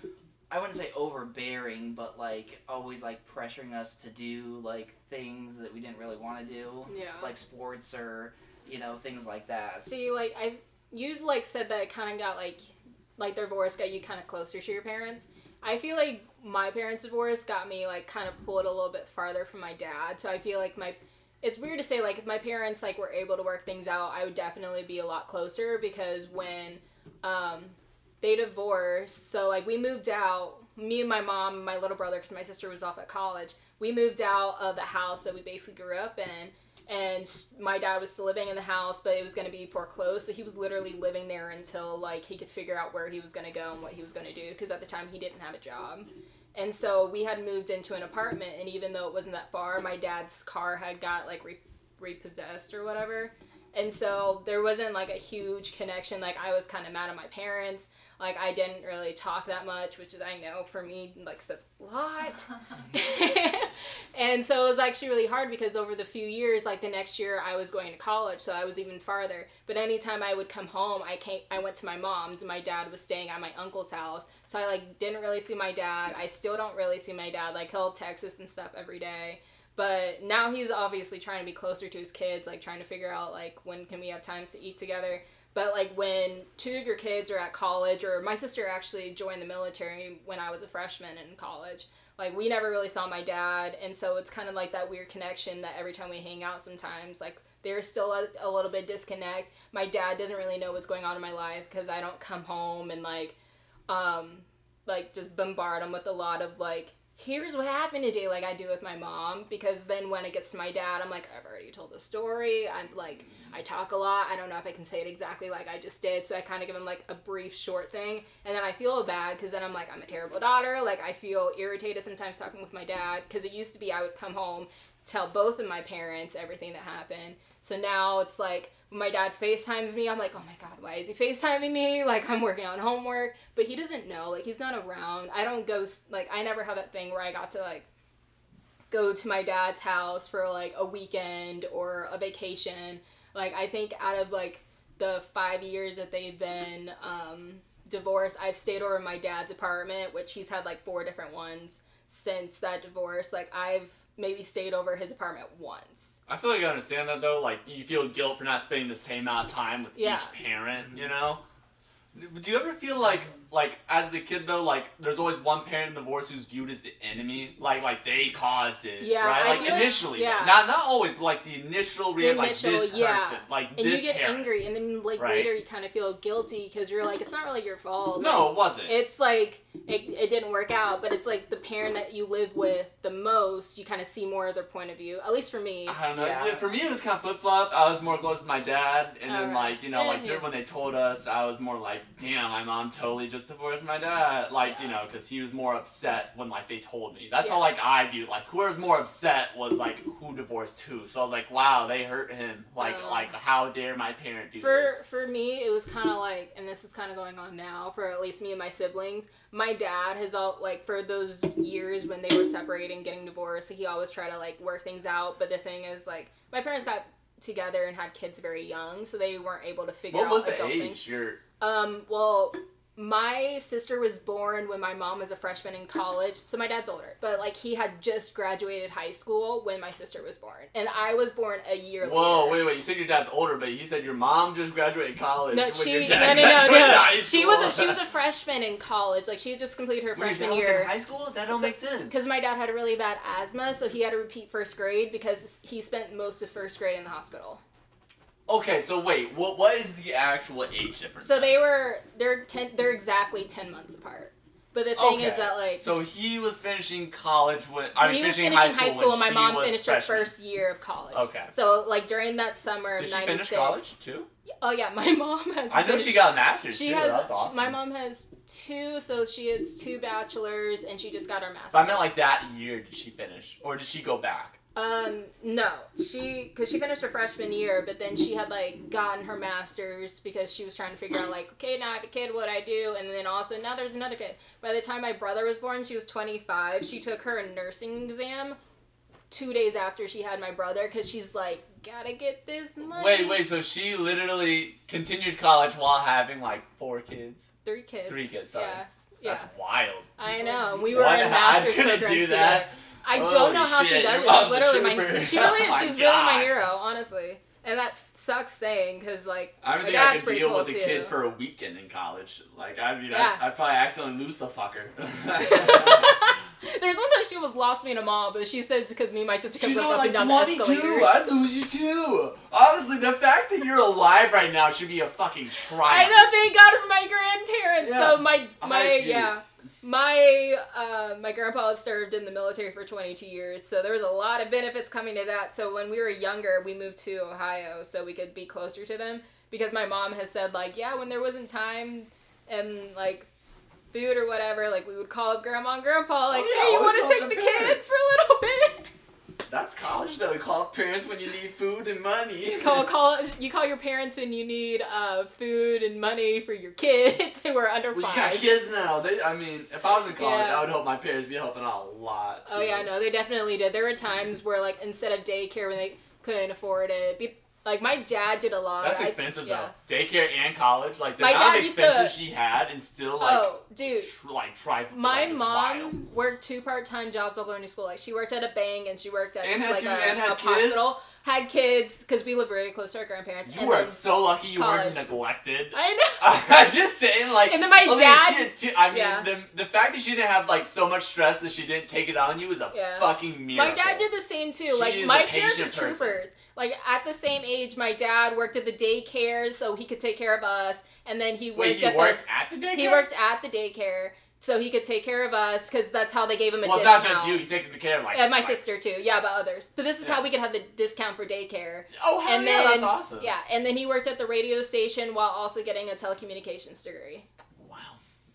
Speaker 5: I wouldn't say overbearing, but like always like pressuring us to do like things that we didn't really want to do,
Speaker 2: yeah.
Speaker 5: like sports or you know things like that.
Speaker 2: See, like I, you like said that it kind of got like, like their divorce got you kind of closer to your parents. I feel like my parents' divorce got me like kind of pulled a little bit farther from my dad. So I feel like my, it's weird to say like if my parents like were able to work things out, I would definitely be a lot closer because when, um, they divorced, so like we moved out. Me and my mom, and my little brother, because my sister was off at college. We moved out of the house that we basically grew up in, and s- my dad was still living in the house, but it was going to be foreclosed. So he was literally living there until like he could figure out where he was going to go and what he was going to do because at the time he didn't have a job. And so we had moved into an apartment, and even though it wasn't that far, my dad's car had got like re- repossessed or whatever. And so there wasn't like a huge connection. Like I was kind of mad at my parents. Like I didn't really talk that much, which is I know for me like says a lot and so it was actually really hard because over the few years like the next year i was going to college so i was even farther but anytime i would come home i came i went to my mom's and my dad was staying at my uncle's house so i like didn't really see my dad i still don't really see my dad like he'll text us and stuff every day But now he's obviously trying to be closer to his kids, like trying to figure out like when can we have time to eat together. But like when two of your kids are at college, or my sister actually joined the military when I was a freshman in college. Like we never really saw my dad, and so it's kind of like that weird connection that every time we hang out, sometimes like there's still a, a little bit disconnect. My dad doesn't really know what's going on in my life because I don't come home and like, um, like just bombard him with a lot of like, here's what happened today, like I do with my mom. Because then when it gets to my dad, I'm like, I've already told the story. I'm like, I talk a lot. I don't know if I can say it exactly like I just did. So I kind of give him like a brief, short thing, and then I feel bad because then I'm like, I'm a terrible daughter. Like I feel irritated sometimes talking with my dad because it used to be I would come home. Tell both of my parents everything that happened, so now it's like when my dad FaceTimes me, I'm like, oh my god, why is he FaceTiming me? Like I'm working on homework, but he doesn't know. Like he's not around. I don't go s- like I never have that thing where I got to like go to my dad's house for like a weekend or a vacation. Like I think out of like the five years that they've been um, divorced, I've stayed over at my dad's apartment, which he's had like four different ones since that divorce. Like I've maybe stayed over his apartment once.
Speaker 3: I feel like I understand that though. Like you feel guilt for not spending the same amount of time with
Speaker 2: Yeah.
Speaker 3: each parent, you know. Do you ever feel like like as the kid though, like there's always one parent in the divorce who's viewed as the enemy, like like they caused it,
Speaker 2: Yeah,
Speaker 3: right?
Speaker 2: I
Speaker 3: Like
Speaker 2: feel like-
Speaker 3: initially,
Speaker 2: yeah.
Speaker 3: not not always, but like the initial rea- like this
Speaker 2: initial, yeah.
Speaker 3: person, like
Speaker 2: and
Speaker 3: this
Speaker 2: you get
Speaker 3: parent.
Speaker 2: angry and then like
Speaker 3: Right.
Speaker 2: later you kind of feel guilty because you're like it's not really your fault
Speaker 3: No,
Speaker 2: Like,
Speaker 3: it wasn't.
Speaker 2: it's like it, it didn't work out but it's like the parent that you live with the most you kind of see more of their point of view at least for me
Speaker 3: I don't know.
Speaker 5: Yeah.
Speaker 3: For me, it was kind of flip flop. I was more close to my dad, and then
Speaker 2: Alright.
Speaker 3: like you know,
Speaker 2: Yeah,
Speaker 3: like
Speaker 2: yeah.
Speaker 3: when they told us, I was more like, damn, my mom totally just divorced my dad. Like you
Speaker 2: Yeah.
Speaker 3: know, because he was more upset when like they told me. That's how
Speaker 2: Yeah.
Speaker 3: like I viewed. Like whoever's more upset was like who divorced who. So I was like, wow, they hurt him. Like
Speaker 2: Oh.
Speaker 3: like how dare my parent do
Speaker 2: for
Speaker 3: this?
Speaker 2: for me it was kind of like and this is kind of going on now for at least me and my siblings my dad has all like for those years when they were separating getting divorced he always tried to like work things out but the thing is like my parents got together and had kids very young so they weren't able to figure
Speaker 3: What
Speaker 2: out
Speaker 3: was the
Speaker 2: adult things
Speaker 3: age? Your
Speaker 2: um, well, my sister was born when my mom was a freshman in college, so my dad's older, but like he had just graduated high school when my sister was born, and I was born a year
Speaker 3: whoa,
Speaker 2: later.
Speaker 3: wait, wait. You said your dad's older, but he said your mom just graduated college.
Speaker 2: No,
Speaker 3: when
Speaker 2: she
Speaker 3: your
Speaker 2: no no
Speaker 3: dad
Speaker 2: no,
Speaker 3: graduated high
Speaker 2: no. she
Speaker 3: school.
Speaker 2: was a, she was a freshman in college. Like she had just completed her
Speaker 3: Wait, that
Speaker 2: freshman
Speaker 3: was
Speaker 2: year.
Speaker 3: in high school. That don't make sense.
Speaker 2: because my dad had really bad asthma, so he had to repeat first grade because he spent most of first grade in the hospital.
Speaker 3: Okay, so wait, what what is the actual age difference?
Speaker 2: So they were they're ten they're exactly ten months apart. But the thing
Speaker 3: Okay.
Speaker 2: is that like
Speaker 3: So he was finishing college when I mean,
Speaker 2: he was
Speaker 3: finishing,
Speaker 2: finishing high school, and
Speaker 3: when
Speaker 2: my
Speaker 3: she
Speaker 2: mom
Speaker 3: was
Speaker 2: finished
Speaker 3: freshman.
Speaker 2: her first year of college.
Speaker 3: Okay.
Speaker 2: So like during that summer
Speaker 3: Did
Speaker 2: of
Speaker 3: she finish
Speaker 2: '96.
Speaker 3: college too?
Speaker 2: Oh yeah, my mom has.
Speaker 3: I know she
Speaker 2: finished-
Speaker 3: got a master's
Speaker 2: She
Speaker 3: too.
Speaker 2: has.
Speaker 3: That's
Speaker 2: she-
Speaker 3: awesome.
Speaker 2: my mom has two, so she has two bachelors, and she just got her master's.
Speaker 3: But I meant like that year did she finish, or did she go back?
Speaker 2: Um, no, she because she finished her freshman year, but then she had like gotten her master's because she was trying to figure out like, okay, now I have a kid, what do I do, and then also now there's another kid. By the time my brother was born, she was 25. She took her nursing exam two days after she had my brother because she's like, gotta get this money.
Speaker 3: Wait, wait. So she literally continued college while having like four kids,
Speaker 2: three kids.
Speaker 3: three kids. Sorry,
Speaker 2: Yeah, yeah,
Speaker 3: that's wild.
Speaker 2: I know. and We were
Speaker 3: Why
Speaker 2: in
Speaker 3: the hell- I
Speaker 2: master's
Speaker 3: couldn't
Speaker 2: programs
Speaker 3: do
Speaker 2: together.
Speaker 3: that.
Speaker 2: I
Speaker 3: Holy
Speaker 2: don't know how she
Speaker 3: shit, your
Speaker 2: does it.
Speaker 3: mom's
Speaker 2: She's
Speaker 3: a
Speaker 2: literally my
Speaker 3: trooper.
Speaker 2: she really
Speaker 3: Oh
Speaker 2: is.
Speaker 3: my
Speaker 2: She's really my
Speaker 3: God.
Speaker 2: hero, honestly. And that sucks saying because like
Speaker 3: I
Speaker 2: my
Speaker 3: don't think I
Speaker 2: dad's
Speaker 3: could
Speaker 2: pretty
Speaker 3: deal
Speaker 2: cool
Speaker 3: with
Speaker 2: too.
Speaker 3: a kid for a weekend in college. Like I mean,
Speaker 2: Yeah.
Speaker 3: I, I'd probably accidentally lose the fucker.
Speaker 2: There's one time she was lost me in a mall, but she says because me and my sister kept
Speaker 7: She's
Speaker 2: going
Speaker 7: only
Speaker 2: up
Speaker 7: like
Speaker 2: and down
Speaker 7: 22.
Speaker 2: the escalators.
Speaker 7: I'd lose you too.
Speaker 3: Honestly, the fact that you're alive right now should be a fucking
Speaker 2: I
Speaker 3: triumph.
Speaker 2: know thank God for my grandparents.
Speaker 7: Yeah.
Speaker 2: So my
Speaker 3: I
Speaker 2: my
Speaker 3: agree.
Speaker 2: yeah. My uh, my grandpa had served in the military for 22 years, so there was a lot of benefits coming to that. So when we were younger, we moved to Ohio so we could be closer to them because my mom has said like, yeah, when there wasn't time and like food or whatever, like we would call up grandma and grandpa like,
Speaker 3: Oh, yeah,
Speaker 2: hey, you
Speaker 3: always
Speaker 2: want
Speaker 3: call
Speaker 2: to take
Speaker 3: the
Speaker 2: the
Speaker 3: parents."
Speaker 2: kids for a little bit?
Speaker 3: That's college though. Call up parents when you need food and money.
Speaker 2: call, call you call your parents when you need uh, food and money for your kids and we're under
Speaker 3: We got
Speaker 2: five.
Speaker 3: kids now. They, I mean, if I was in college,
Speaker 2: Yeah.
Speaker 3: I would hope my parents be helping out a lot. Too.
Speaker 2: Oh yeah, no, they definitely did. There were times where like instead of daycare when they couldn't afford it, be- Like my dad did a lot.
Speaker 3: That's
Speaker 2: I-
Speaker 3: expensive
Speaker 2: yeah.
Speaker 3: though. Daycare and college, like the
Speaker 2: My
Speaker 3: amount
Speaker 2: dad
Speaker 3: of
Speaker 2: used to-
Speaker 3: expenses she had, and still like
Speaker 2: oh, dude.
Speaker 3: tr- like try.
Speaker 2: My
Speaker 3: like, is
Speaker 2: mom
Speaker 3: wild.
Speaker 2: worked two part-time jobs while going to school. Like she worked at a bank and she worked at
Speaker 3: And had
Speaker 2: like
Speaker 3: two-
Speaker 2: a,
Speaker 3: and had
Speaker 2: a
Speaker 3: kids?
Speaker 2: hospital. Had kids because we live very close to our grandparents.
Speaker 3: You
Speaker 2: and
Speaker 3: are
Speaker 2: then-
Speaker 3: so lucky you
Speaker 2: college.
Speaker 3: weren't neglected.
Speaker 2: I know.
Speaker 3: I'm just saying, like,
Speaker 2: And then my
Speaker 3: I
Speaker 2: dad-
Speaker 3: Mean, she, I mean,
Speaker 2: Yeah.
Speaker 3: the, the fact that she didn't have like so much stress that she didn't take it on you is a
Speaker 2: Yeah.
Speaker 3: fucking
Speaker 2: My
Speaker 3: miracle.
Speaker 2: dad did the same too.
Speaker 3: She
Speaker 2: like
Speaker 3: is
Speaker 2: my
Speaker 3: a
Speaker 2: parents are
Speaker 3: patient person.
Speaker 2: troopers. Like at the same age, my dad worked at the daycare so he could take care of us, and then he worked
Speaker 3: Wait, he
Speaker 2: at
Speaker 3: worked at the daycare.
Speaker 2: the he worked at the daycare so he could take care of us because that's how they gave him a
Speaker 3: Well, it's
Speaker 2: discount.
Speaker 3: not just you. He's taking the care of like
Speaker 2: Yeah, my
Speaker 3: like-
Speaker 2: sister too. Yeah, but others. But this is
Speaker 3: Yeah.
Speaker 2: how we could have the discount for daycare.
Speaker 3: Oh, hell
Speaker 2: And
Speaker 3: yeah, that's
Speaker 2: then-
Speaker 3: awesome.
Speaker 2: Yeah, and then he worked at the radio station while also getting a telecommunications degree.
Speaker 3: Wow.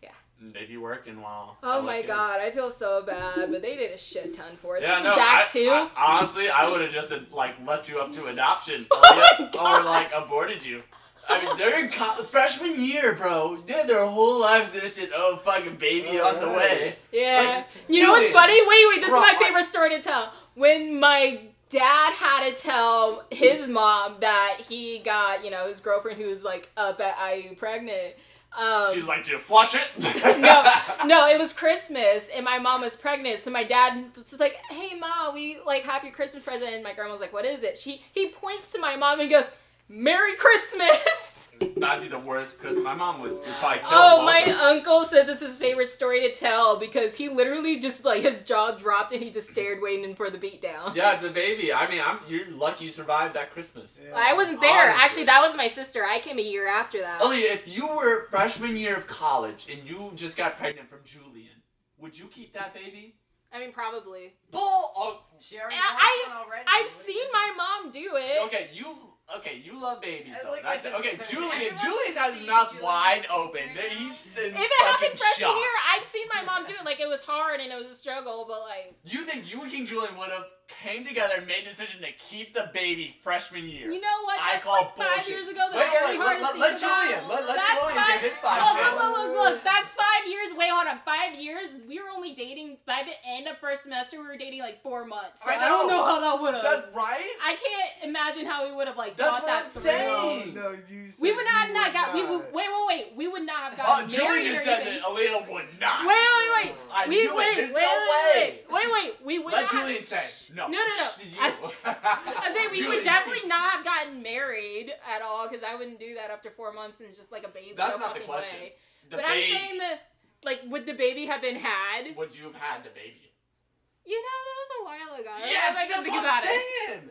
Speaker 2: Yeah.
Speaker 3: Maybe working while. I
Speaker 2: Oh
Speaker 3: look
Speaker 2: my
Speaker 3: at it.
Speaker 2: god, I feel so bad, but they did a shit ton for us.
Speaker 3: Yeah,
Speaker 2: this
Speaker 3: no,
Speaker 2: is that
Speaker 3: I-
Speaker 2: too.
Speaker 3: I- honestly, I would have just uh, like left you up to adoption, or,
Speaker 2: Oh my
Speaker 3: yeah, or
Speaker 2: God.
Speaker 3: like aborted you. I mean, they're in co- freshman year, bro. They had their whole lives. They said, "Oh, fucking baby on
Speaker 2: Oh.
Speaker 3: the way."
Speaker 2: yeah.
Speaker 3: like,
Speaker 2: you know what's
Speaker 3: dude.
Speaker 2: funny? Wait, wait, this
Speaker 3: Bro,
Speaker 2: is my
Speaker 3: I-
Speaker 2: favorite story to tell. When my dad had to tell his mom that he got, you know, his girlfriend who was like up at IU pregnant. Um,
Speaker 3: She's like, "Did you flush it?"
Speaker 2: no, no, it was Christmas and my mom was pregnant. So my dad was just like, "Hey, ma, we like have your Christmas present." And my grandma was like, "What is it?" She he points to my mom and goes, "Merry Christmas."
Speaker 3: That'd be the worst because my mom would, would probably kill
Speaker 2: Oh,
Speaker 3: both
Speaker 2: my
Speaker 3: of them.
Speaker 2: uncle says it's his favorite story to tell because he literally just like his jaw dropped and he just stared waiting for the beatdown.
Speaker 3: Yeah, it's a baby. I mean, I'm, you're lucky you survived that Christmas.
Speaker 4: Yeah.
Speaker 2: I wasn't there.
Speaker 3: Honestly.
Speaker 2: Actually, that was my sister. I came a year after that.
Speaker 3: Elliot, if you were freshman year of college and you just got pregnant from Julian, would you keep that baby?
Speaker 2: I mean, probably.
Speaker 3: Bull. Oh,
Speaker 5: She already
Speaker 2: I-
Speaker 5: wants
Speaker 2: I-
Speaker 5: one already.
Speaker 2: I've
Speaker 5: What do you
Speaker 2: seen
Speaker 5: think?
Speaker 2: my mom do it.
Speaker 3: okay, you. Okay, you love babies.
Speaker 5: I
Speaker 3: Though.
Speaker 5: like
Speaker 3: That's
Speaker 5: that
Speaker 3: the- okay,
Speaker 5: this-
Speaker 3: Julian.
Speaker 6: everyone
Speaker 3: Julian
Speaker 6: should
Speaker 3: has his
Speaker 6: see
Speaker 3: mouth
Speaker 6: Julian's
Speaker 3: wide
Speaker 6: face
Speaker 3: open.
Speaker 6: right now.
Speaker 3: He's in
Speaker 2: If it
Speaker 3: fucking
Speaker 2: happened freshman
Speaker 3: shock.
Speaker 2: year, I've seen my mom do it. Like it was hard and it was a struggle, but like
Speaker 3: You think you and King Julian would have came together and made a decision to keep the baby freshman year?
Speaker 2: you know what?
Speaker 3: I
Speaker 2: That's
Speaker 3: call
Speaker 2: like five
Speaker 3: bullshit.
Speaker 2: years ago. That's
Speaker 3: Wait, wait,
Speaker 2: very
Speaker 3: wait,
Speaker 2: hard
Speaker 3: let-
Speaker 2: to
Speaker 3: let
Speaker 2: think about.
Speaker 3: Julian- let- let
Speaker 2: That's
Speaker 3: Julian
Speaker 2: five-
Speaker 3: give his five
Speaker 2: Oh,
Speaker 3: cents.
Speaker 2: look, look, look, look. That's five years. Wait, hold on. Five years. We were only dating by the end of first semester. We were dating like four months. So
Speaker 3: I
Speaker 2: I, don't
Speaker 3: know.
Speaker 2: know how that would have.
Speaker 3: That's right.
Speaker 2: I can't imagine how we would have like
Speaker 3: That's
Speaker 2: thought
Speaker 3: what
Speaker 2: that
Speaker 3: I'm
Speaker 2: through.
Speaker 4: No, no,
Speaker 3: saying.
Speaker 4: you. Said
Speaker 2: We would not have
Speaker 4: you
Speaker 2: not got. We
Speaker 4: not.
Speaker 2: would, wait, wait, wait. We would not have gotten
Speaker 3: Oh,
Speaker 2: married
Speaker 3: Julian
Speaker 2: or
Speaker 3: just said
Speaker 2: anything.
Speaker 3: that Elena would not.
Speaker 2: Wait, wait, wait.
Speaker 3: I
Speaker 2: we
Speaker 3: knew
Speaker 2: wait,
Speaker 3: it. There's
Speaker 2: wait,
Speaker 3: no way.
Speaker 2: wait, wait, wait, wait. We would
Speaker 3: Let
Speaker 2: not.
Speaker 3: Julian say. No.
Speaker 2: No, no, no.
Speaker 3: Shh, you.
Speaker 2: I think we
Speaker 3: Julian,
Speaker 2: would definitely not have gotten married at all because I wouldn't do that after four months and just like a baby.
Speaker 3: That's
Speaker 2: no
Speaker 3: not the
Speaker 2: fucking
Speaker 3: question.
Speaker 2: way.
Speaker 3: The
Speaker 2: but
Speaker 3: baby.
Speaker 2: I'm saying that, like, would the baby have been had?
Speaker 3: Would you have had the baby?
Speaker 2: You know, that was a while ago. Uh, I don't know
Speaker 3: Yes,
Speaker 2: if I can
Speaker 3: that's
Speaker 2: think
Speaker 3: what
Speaker 2: about
Speaker 3: I'm
Speaker 2: it.
Speaker 3: saying.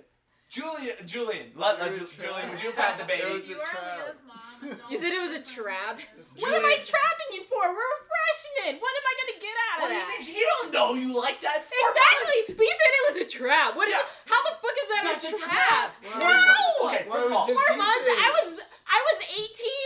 Speaker 3: Julian, Julian, let, let
Speaker 4: You're a
Speaker 3: Ju- Julian,
Speaker 4: trap.
Speaker 3: would you have had the
Speaker 4: It
Speaker 6: If
Speaker 3: baby?
Speaker 4: was
Speaker 6: you
Speaker 4: a
Speaker 6: were
Speaker 4: trap.
Speaker 6: Leah's mom,
Speaker 2: You said it was a
Speaker 6: don't
Speaker 2: trap?
Speaker 6: do this.
Speaker 2: What am I
Speaker 3: Julian-
Speaker 2: trapping you for? We're freshmen. What am I gonna get out
Speaker 3: What
Speaker 2: of
Speaker 3: do you
Speaker 2: that?
Speaker 3: mean? He don't know you like that. It's four
Speaker 2: Exactly. But you said it was a trap. What is?
Speaker 3: Yeah.
Speaker 2: How the fuck is that
Speaker 3: months.
Speaker 2: a trap?
Speaker 4: Why
Speaker 2: No.
Speaker 4: Why
Speaker 3: Okay, first of
Speaker 4: would
Speaker 3: all,
Speaker 4: you
Speaker 2: Four
Speaker 4: keep
Speaker 2: months.
Speaker 4: it?
Speaker 2: I was I was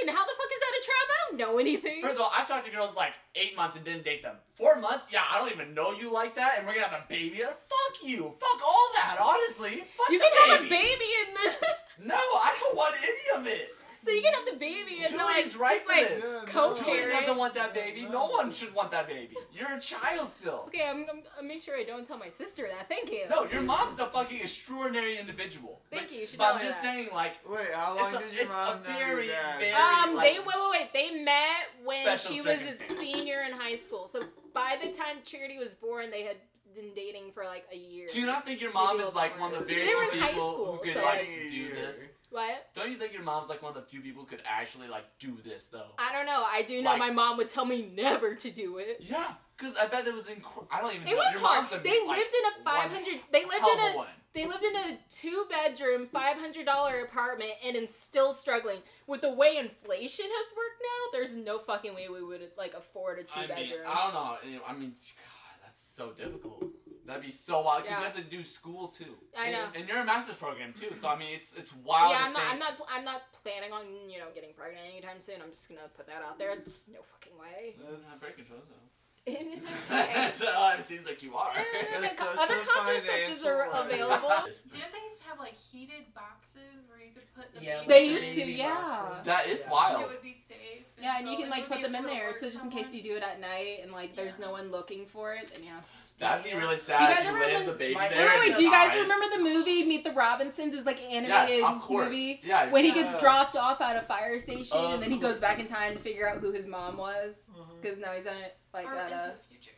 Speaker 2: 18. How the fuck is that a trap? I don't know anything.
Speaker 3: First of all, I've talked to girls like eight months and didn't date them. Four months? Yeah, I don't even know you like that, and we're gonna have a baby. Fuck you. Fuck all that. Honestly, fuck
Speaker 2: you
Speaker 3: the
Speaker 2: can have a
Speaker 3: baby.
Speaker 2: baby and then
Speaker 3: No, I don't want any of it.
Speaker 2: so you can have the baby and then like
Speaker 3: Julian's right
Speaker 2: just
Speaker 3: for
Speaker 2: like
Speaker 3: this.
Speaker 4: Yeah,
Speaker 3: Julian
Speaker 2: co-parent.
Speaker 3: doesn't want that baby. No one should want that baby. You're a child still.
Speaker 2: Okay, I'm, I'm I'll make sure I don't tell my sister that. Thank you.
Speaker 3: No, your mom's a fucking extraordinary individual.
Speaker 2: Thank
Speaker 3: But-
Speaker 2: you, you should
Speaker 3: But
Speaker 2: tell
Speaker 3: I'm
Speaker 2: her
Speaker 3: just
Speaker 2: that.
Speaker 3: saying, like,
Speaker 4: Wait, how long
Speaker 3: it's a,
Speaker 4: did your
Speaker 3: it's
Speaker 4: mom
Speaker 3: a
Speaker 4: know your
Speaker 3: very,
Speaker 4: dad?
Speaker 3: very.
Speaker 2: Um,
Speaker 3: like,
Speaker 2: they wait, wait, wait. They met when
Speaker 3: Special
Speaker 2: she was a
Speaker 3: circumstances.
Speaker 2: senior in high school. So by the time Charity was born, they had been dating for like a year.
Speaker 3: Do you not think your mom
Speaker 2: Maybe a
Speaker 3: is
Speaker 2: little
Speaker 3: like one of
Speaker 4: longer.
Speaker 3: the very
Speaker 2: They were in
Speaker 3: few
Speaker 2: high
Speaker 3: people
Speaker 2: school,
Speaker 3: who could
Speaker 2: Oh, so,
Speaker 3: like
Speaker 4: like-
Speaker 3: do this?
Speaker 2: What?
Speaker 3: Don't you think your mom's like one of the few people who could actually like do this though?
Speaker 2: I don't know. I do know
Speaker 3: Like-
Speaker 2: my mom would tell me never to do it.
Speaker 3: Yeah, because I bet it was incredible. I don't even.
Speaker 2: It
Speaker 3: know.
Speaker 2: was
Speaker 3: your
Speaker 2: hard.
Speaker 3: Mom's a,
Speaker 2: They
Speaker 3: like,
Speaker 2: lived in a
Speaker 3: one
Speaker 2: 500. They lived
Speaker 3: hell
Speaker 2: in
Speaker 3: of
Speaker 2: a.
Speaker 3: one.
Speaker 2: They lived in a two-bedroom, five hundred dollar apartment, and is still struggling with the way inflation has worked now. There's no fucking way we would like afford a
Speaker 3: I mean,
Speaker 2: two-bedroom.
Speaker 3: I don't know. You know, I mean, God, that's so difficult. That'd be so wild because
Speaker 2: Yeah.
Speaker 3: you have to do school too.
Speaker 2: I know.
Speaker 3: And you're a master's program too, so I mean, it's it's wild.
Speaker 2: Yeah,
Speaker 3: to
Speaker 2: I'm not.
Speaker 3: think.
Speaker 2: I'm not. pl- I'm not planning on you know getting pregnant anytime soon. I'm just gonna put that out there. There's no fucking way.
Speaker 3: That's not breaking control though.
Speaker 2: Okay.
Speaker 3: so, uh, it seems like you are.
Speaker 2: Eh,
Speaker 4: That's
Speaker 2: co-
Speaker 4: such
Speaker 2: Other
Speaker 4: a
Speaker 2: contraceptives
Speaker 4: financial
Speaker 2: are
Speaker 4: lie.
Speaker 2: available.
Speaker 6: Didn't they used to have like heated boxes where you could put the
Speaker 5: Yeah,
Speaker 6: baby
Speaker 2: They
Speaker 6: in
Speaker 2: used
Speaker 6: and
Speaker 2: to,
Speaker 5: baby
Speaker 2: yeah.
Speaker 5: boxes.
Speaker 3: that is
Speaker 5: Yeah.
Speaker 6: It
Speaker 3: wild.
Speaker 6: would be safe.
Speaker 2: Yeah, and you
Speaker 6: so
Speaker 2: can
Speaker 6: it
Speaker 2: like
Speaker 6: would
Speaker 2: put
Speaker 6: be
Speaker 2: them in
Speaker 6: able to
Speaker 2: there,
Speaker 6: work
Speaker 2: so just in
Speaker 6: somewhere.
Speaker 2: case you do it at night and like there's
Speaker 6: Yeah.
Speaker 2: no one looking for it, then yeah.
Speaker 3: That'd be really sad
Speaker 2: Do you
Speaker 3: if
Speaker 2: guys
Speaker 3: you
Speaker 2: ever
Speaker 3: live
Speaker 2: when-
Speaker 3: the baby
Speaker 5: Wait,
Speaker 3: there.
Speaker 5: wait,
Speaker 3: and
Speaker 5: wait,
Speaker 3: his
Speaker 2: do you guys
Speaker 3: eyes-
Speaker 2: remember the movie Meet the Robinsons? It was like an animated
Speaker 3: Yes, of course.
Speaker 2: movie.
Speaker 3: Yeah.
Speaker 2: When he gets
Speaker 4: Yeah.
Speaker 2: dropped off at a fire station
Speaker 3: Of
Speaker 2: and then he
Speaker 3: course.
Speaker 2: goes back in time to figure out who his mom was
Speaker 4: Uh-huh.
Speaker 2: because now he's on it like uh,
Speaker 6: or
Speaker 2: at
Speaker 6: into
Speaker 2: a,
Speaker 6: the future.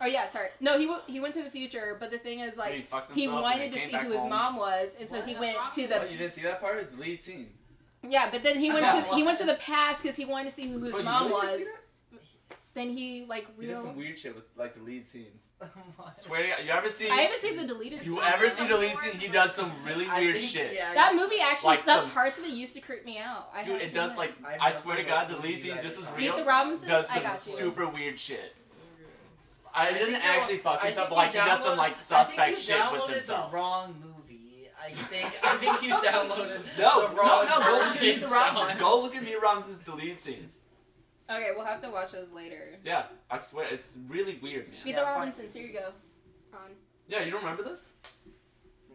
Speaker 2: oh yeah sorry no he w- he went to the future but the thing is
Speaker 3: he
Speaker 2: like
Speaker 3: fucked
Speaker 2: he
Speaker 3: himself and
Speaker 2: wanted
Speaker 3: then
Speaker 2: to
Speaker 3: came
Speaker 2: see
Speaker 3: back
Speaker 2: who his
Speaker 3: home.
Speaker 2: mom was and so
Speaker 6: What?
Speaker 2: he
Speaker 6: The
Speaker 2: went
Speaker 6: rock
Speaker 2: to
Speaker 3: What,
Speaker 2: the
Speaker 3: you didn't see that part? It's the lead scene.
Speaker 2: yeah but then he went to he went to
Speaker 5: What?
Speaker 2: the past because he wanted to see who his
Speaker 3: What, you
Speaker 2: mom
Speaker 3: really didn't
Speaker 2: was
Speaker 3: see that?
Speaker 2: then he like
Speaker 3: He did some
Speaker 2: real
Speaker 3: weird shit with like the lead scenes.
Speaker 5: What?
Speaker 3: Swear to God, you ever seen?
Speaker 2: I haven't seen the deleted
Speaker 3: You
Speaker 2: scenes.
Speaker 3: ever
Speaker 6: It's
Speaker 3: seen
Speaker 6: like
Speaker 3: the lead
Speaker 6: more
Speaker 3: scene? He
Speaker 6: than
Speaker 3: does
Speaker 6: that.
Speaker 3: some really
Speaker 5: I
Speaker 3: weird
Speaker 5: think-
Speaker 3: shit.
Speaker 5: yeah,
Speaker 2: that movie actually
Speaker 3: Like
Speaker 2: some
Speaker 3: some-
Speaker 2: parts of it used to creep me out I
Speaker 3: Dude,
Speaker 2: had
Speaker 3: it
Speaker 2: to
Speaker 3: does
Speaker 2: admit.
Speaker 3: like
Speaker 5: I
Speaker 3: I swear to
Speaker 5: remember
Speaker 3: God,
Speaker 5: that
Speaker 3: the lead
Speaker 5: movie
Speaker 3: scene.
Speaker 5: that
Speaker 3: This is
Speaker 5: time.
Speaker 2: Meet
Speaker 3: real.
Speaker 2: the Robinsons
Speaker 3: Does
Speaker 2: I
Speaker 3: some
Speaker 2: got you
Speaker 3: super weird shit.
Speaker 5: I
Speaker 3: I, it
Speaker 5: think
Speaker 3: doesn't
Speaker 5: you're-
Speaker 3: actually fuck
Speaker 5: I
Speaker 3: himself,
Speaker 5: think
Speaker 3: but
Speaker 5: you
Speaker 3: like he does some
Speaker 5: downloaded-
Speaker 3: like
Speaker 5: I
Speaker 3: suspect
Speaker 5: think you
Speaker 3: shit with
Speaker 5: downloaded
Speaker 3: himself.
Speaker 5: The wrong movie. I think. I think you downloaded.
Speaker 3: No,
Speaker 5: the
Speaker 3: no,
Speaker 5: wrong
Speaker 3: no, go look at
Speaker 5: version,
Speaker 3: Meet the Robinsons.
Speaker 5: Sean.
Speaker 3: Go look at Meet the Robinsons deleted scenes.
Speaker 2: okay we'll have to watch those later
Speaker 3: Yeah, I swear, it's really weird, man.
Speaker 2: Meet
Speaker 5: Yeah,
Speaker 2: the
Speaker 5: fine.
Speaker 2: Robinsons here you go on
Speaker 3: Yeah, you don't remember this?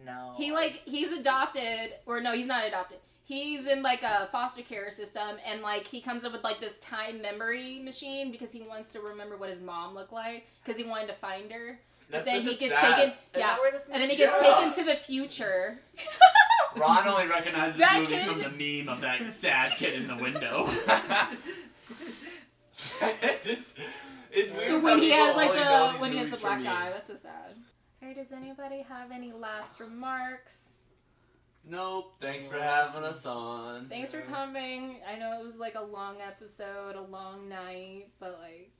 Speaker 5: No.
Speaker 2: He like he's adopted or no, he's not adopted. He's in like a foster care system and like he comes up with like this time memory machine because he wants to remember what his mom looked like because he wanted to find her. But
Speaker 3: That's
Speaker 2: then
Speaker 3: such
Speaker 2: he
Speaker 3: a
Speaker 2: gets
Speaker 3: sad.
Speaker 2: taken
Speaker 5: Is
Speaker 2: yeah.
Speaker 5: that where this
Speaker 2: And then he
Speaker 5: movie-
Speaker 2: gets
Speaker 3: Yeah.
Speaker 2: taken to the future.
Speaker 3: Ron only recognizes
Speaker 2: That
Speaker 3: movie
Speaker 2: kid-
Speaker 3: from the meme of that sad kid in the window. this it's weird. how
Speaker 2: when he
Speaker 3: people
Speaker 2: has like
Speaker 3: only know
Speaker 2: the
Speaker 3: these
Speaker 2: when he has
Speaker 3: movies
Speaker 2: the
Speaker 3: for
Speaker 2: black eye.
Speaker 3: memes.
Speaker 2: That's so sad. Alright, does anybody have any last remarks?
Speaker 3: Nope. Thanks for having us on.
Speaker 2: Thanks for coming. I know it was like a long episode, a long night, but like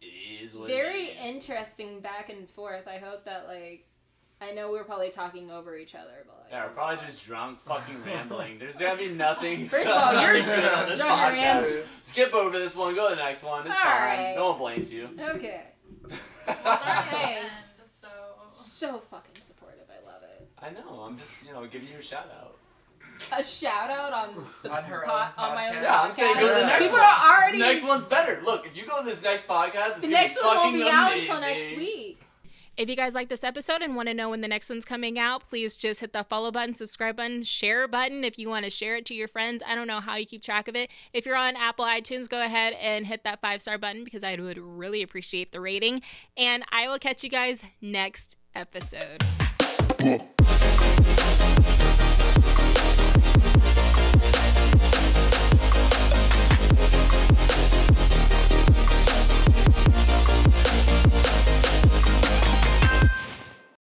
Speaker 3: It is what
Speaker 2: very
Speaker 3: it is.
Speaker 2: interesting back and forth. I hope that like I know we were probably talking over each other, but like
Speaker 3: Yeah, we're probably just drunk, fucking rambling. There's gonna be nothing.
Speaker 2: First of all,
Speaker 3: nothing
Speaker 2: you're
Speaker 3: good on this
Speaker 2: drunk and
Speaker 3: podcast.
Speaker 2: rambling.
Speaker 3: Skip over this one. Go to the next one. It's
Speaker 2: All
Speaker 3: fine.
Speaker 2: right.
Speaker 3: No one blames you.
Speaker 2: okay.
Speaker 6: Well, it's already
Speaker 2: Okay.
Speaker 3: I
Speaker 6: the end,
Speaker 2: Thanks.
Speaker 6: so Oh.
Speaker 2: So fucking supportive. I love it.
Speaker 3: know. I'm just you know giving you a shout out.
Speaker 2: A shout out on the
Speaker 5: On her
Speaker 2: pot,
Speaker 5: own
Speaker 2: on my own
Speaker 5: podcast.
Speaker 3: Yeah, I'm saying
Speaker 2: podcast.
Speaker 3: go to the next
Speaker 2: People
Speaker 3: one.
Speaker 2: are already
Speaker 3: Next one's better. Look, if you go to this next podcast, it's
Speaker 2: the
Speaker 3: gonna
Speaker 2: next one
Speaker 3: be
Speaker 2: won't
Speaker 3: fucking
Speaker 2: be
Speaker 3: amazing.
Speaker 2: out until next week. If you guys like this episode and want to know when the next one's coming out, please just hit the follow button, subscribe button, share button if you want to share it to your friends. I don't know how you keep track of it. If you're on Apple iTunes, go ahead and hit that five star button because I would really appreciate the rating. And I will catch you guys next episode.
Speaker 8: Boom.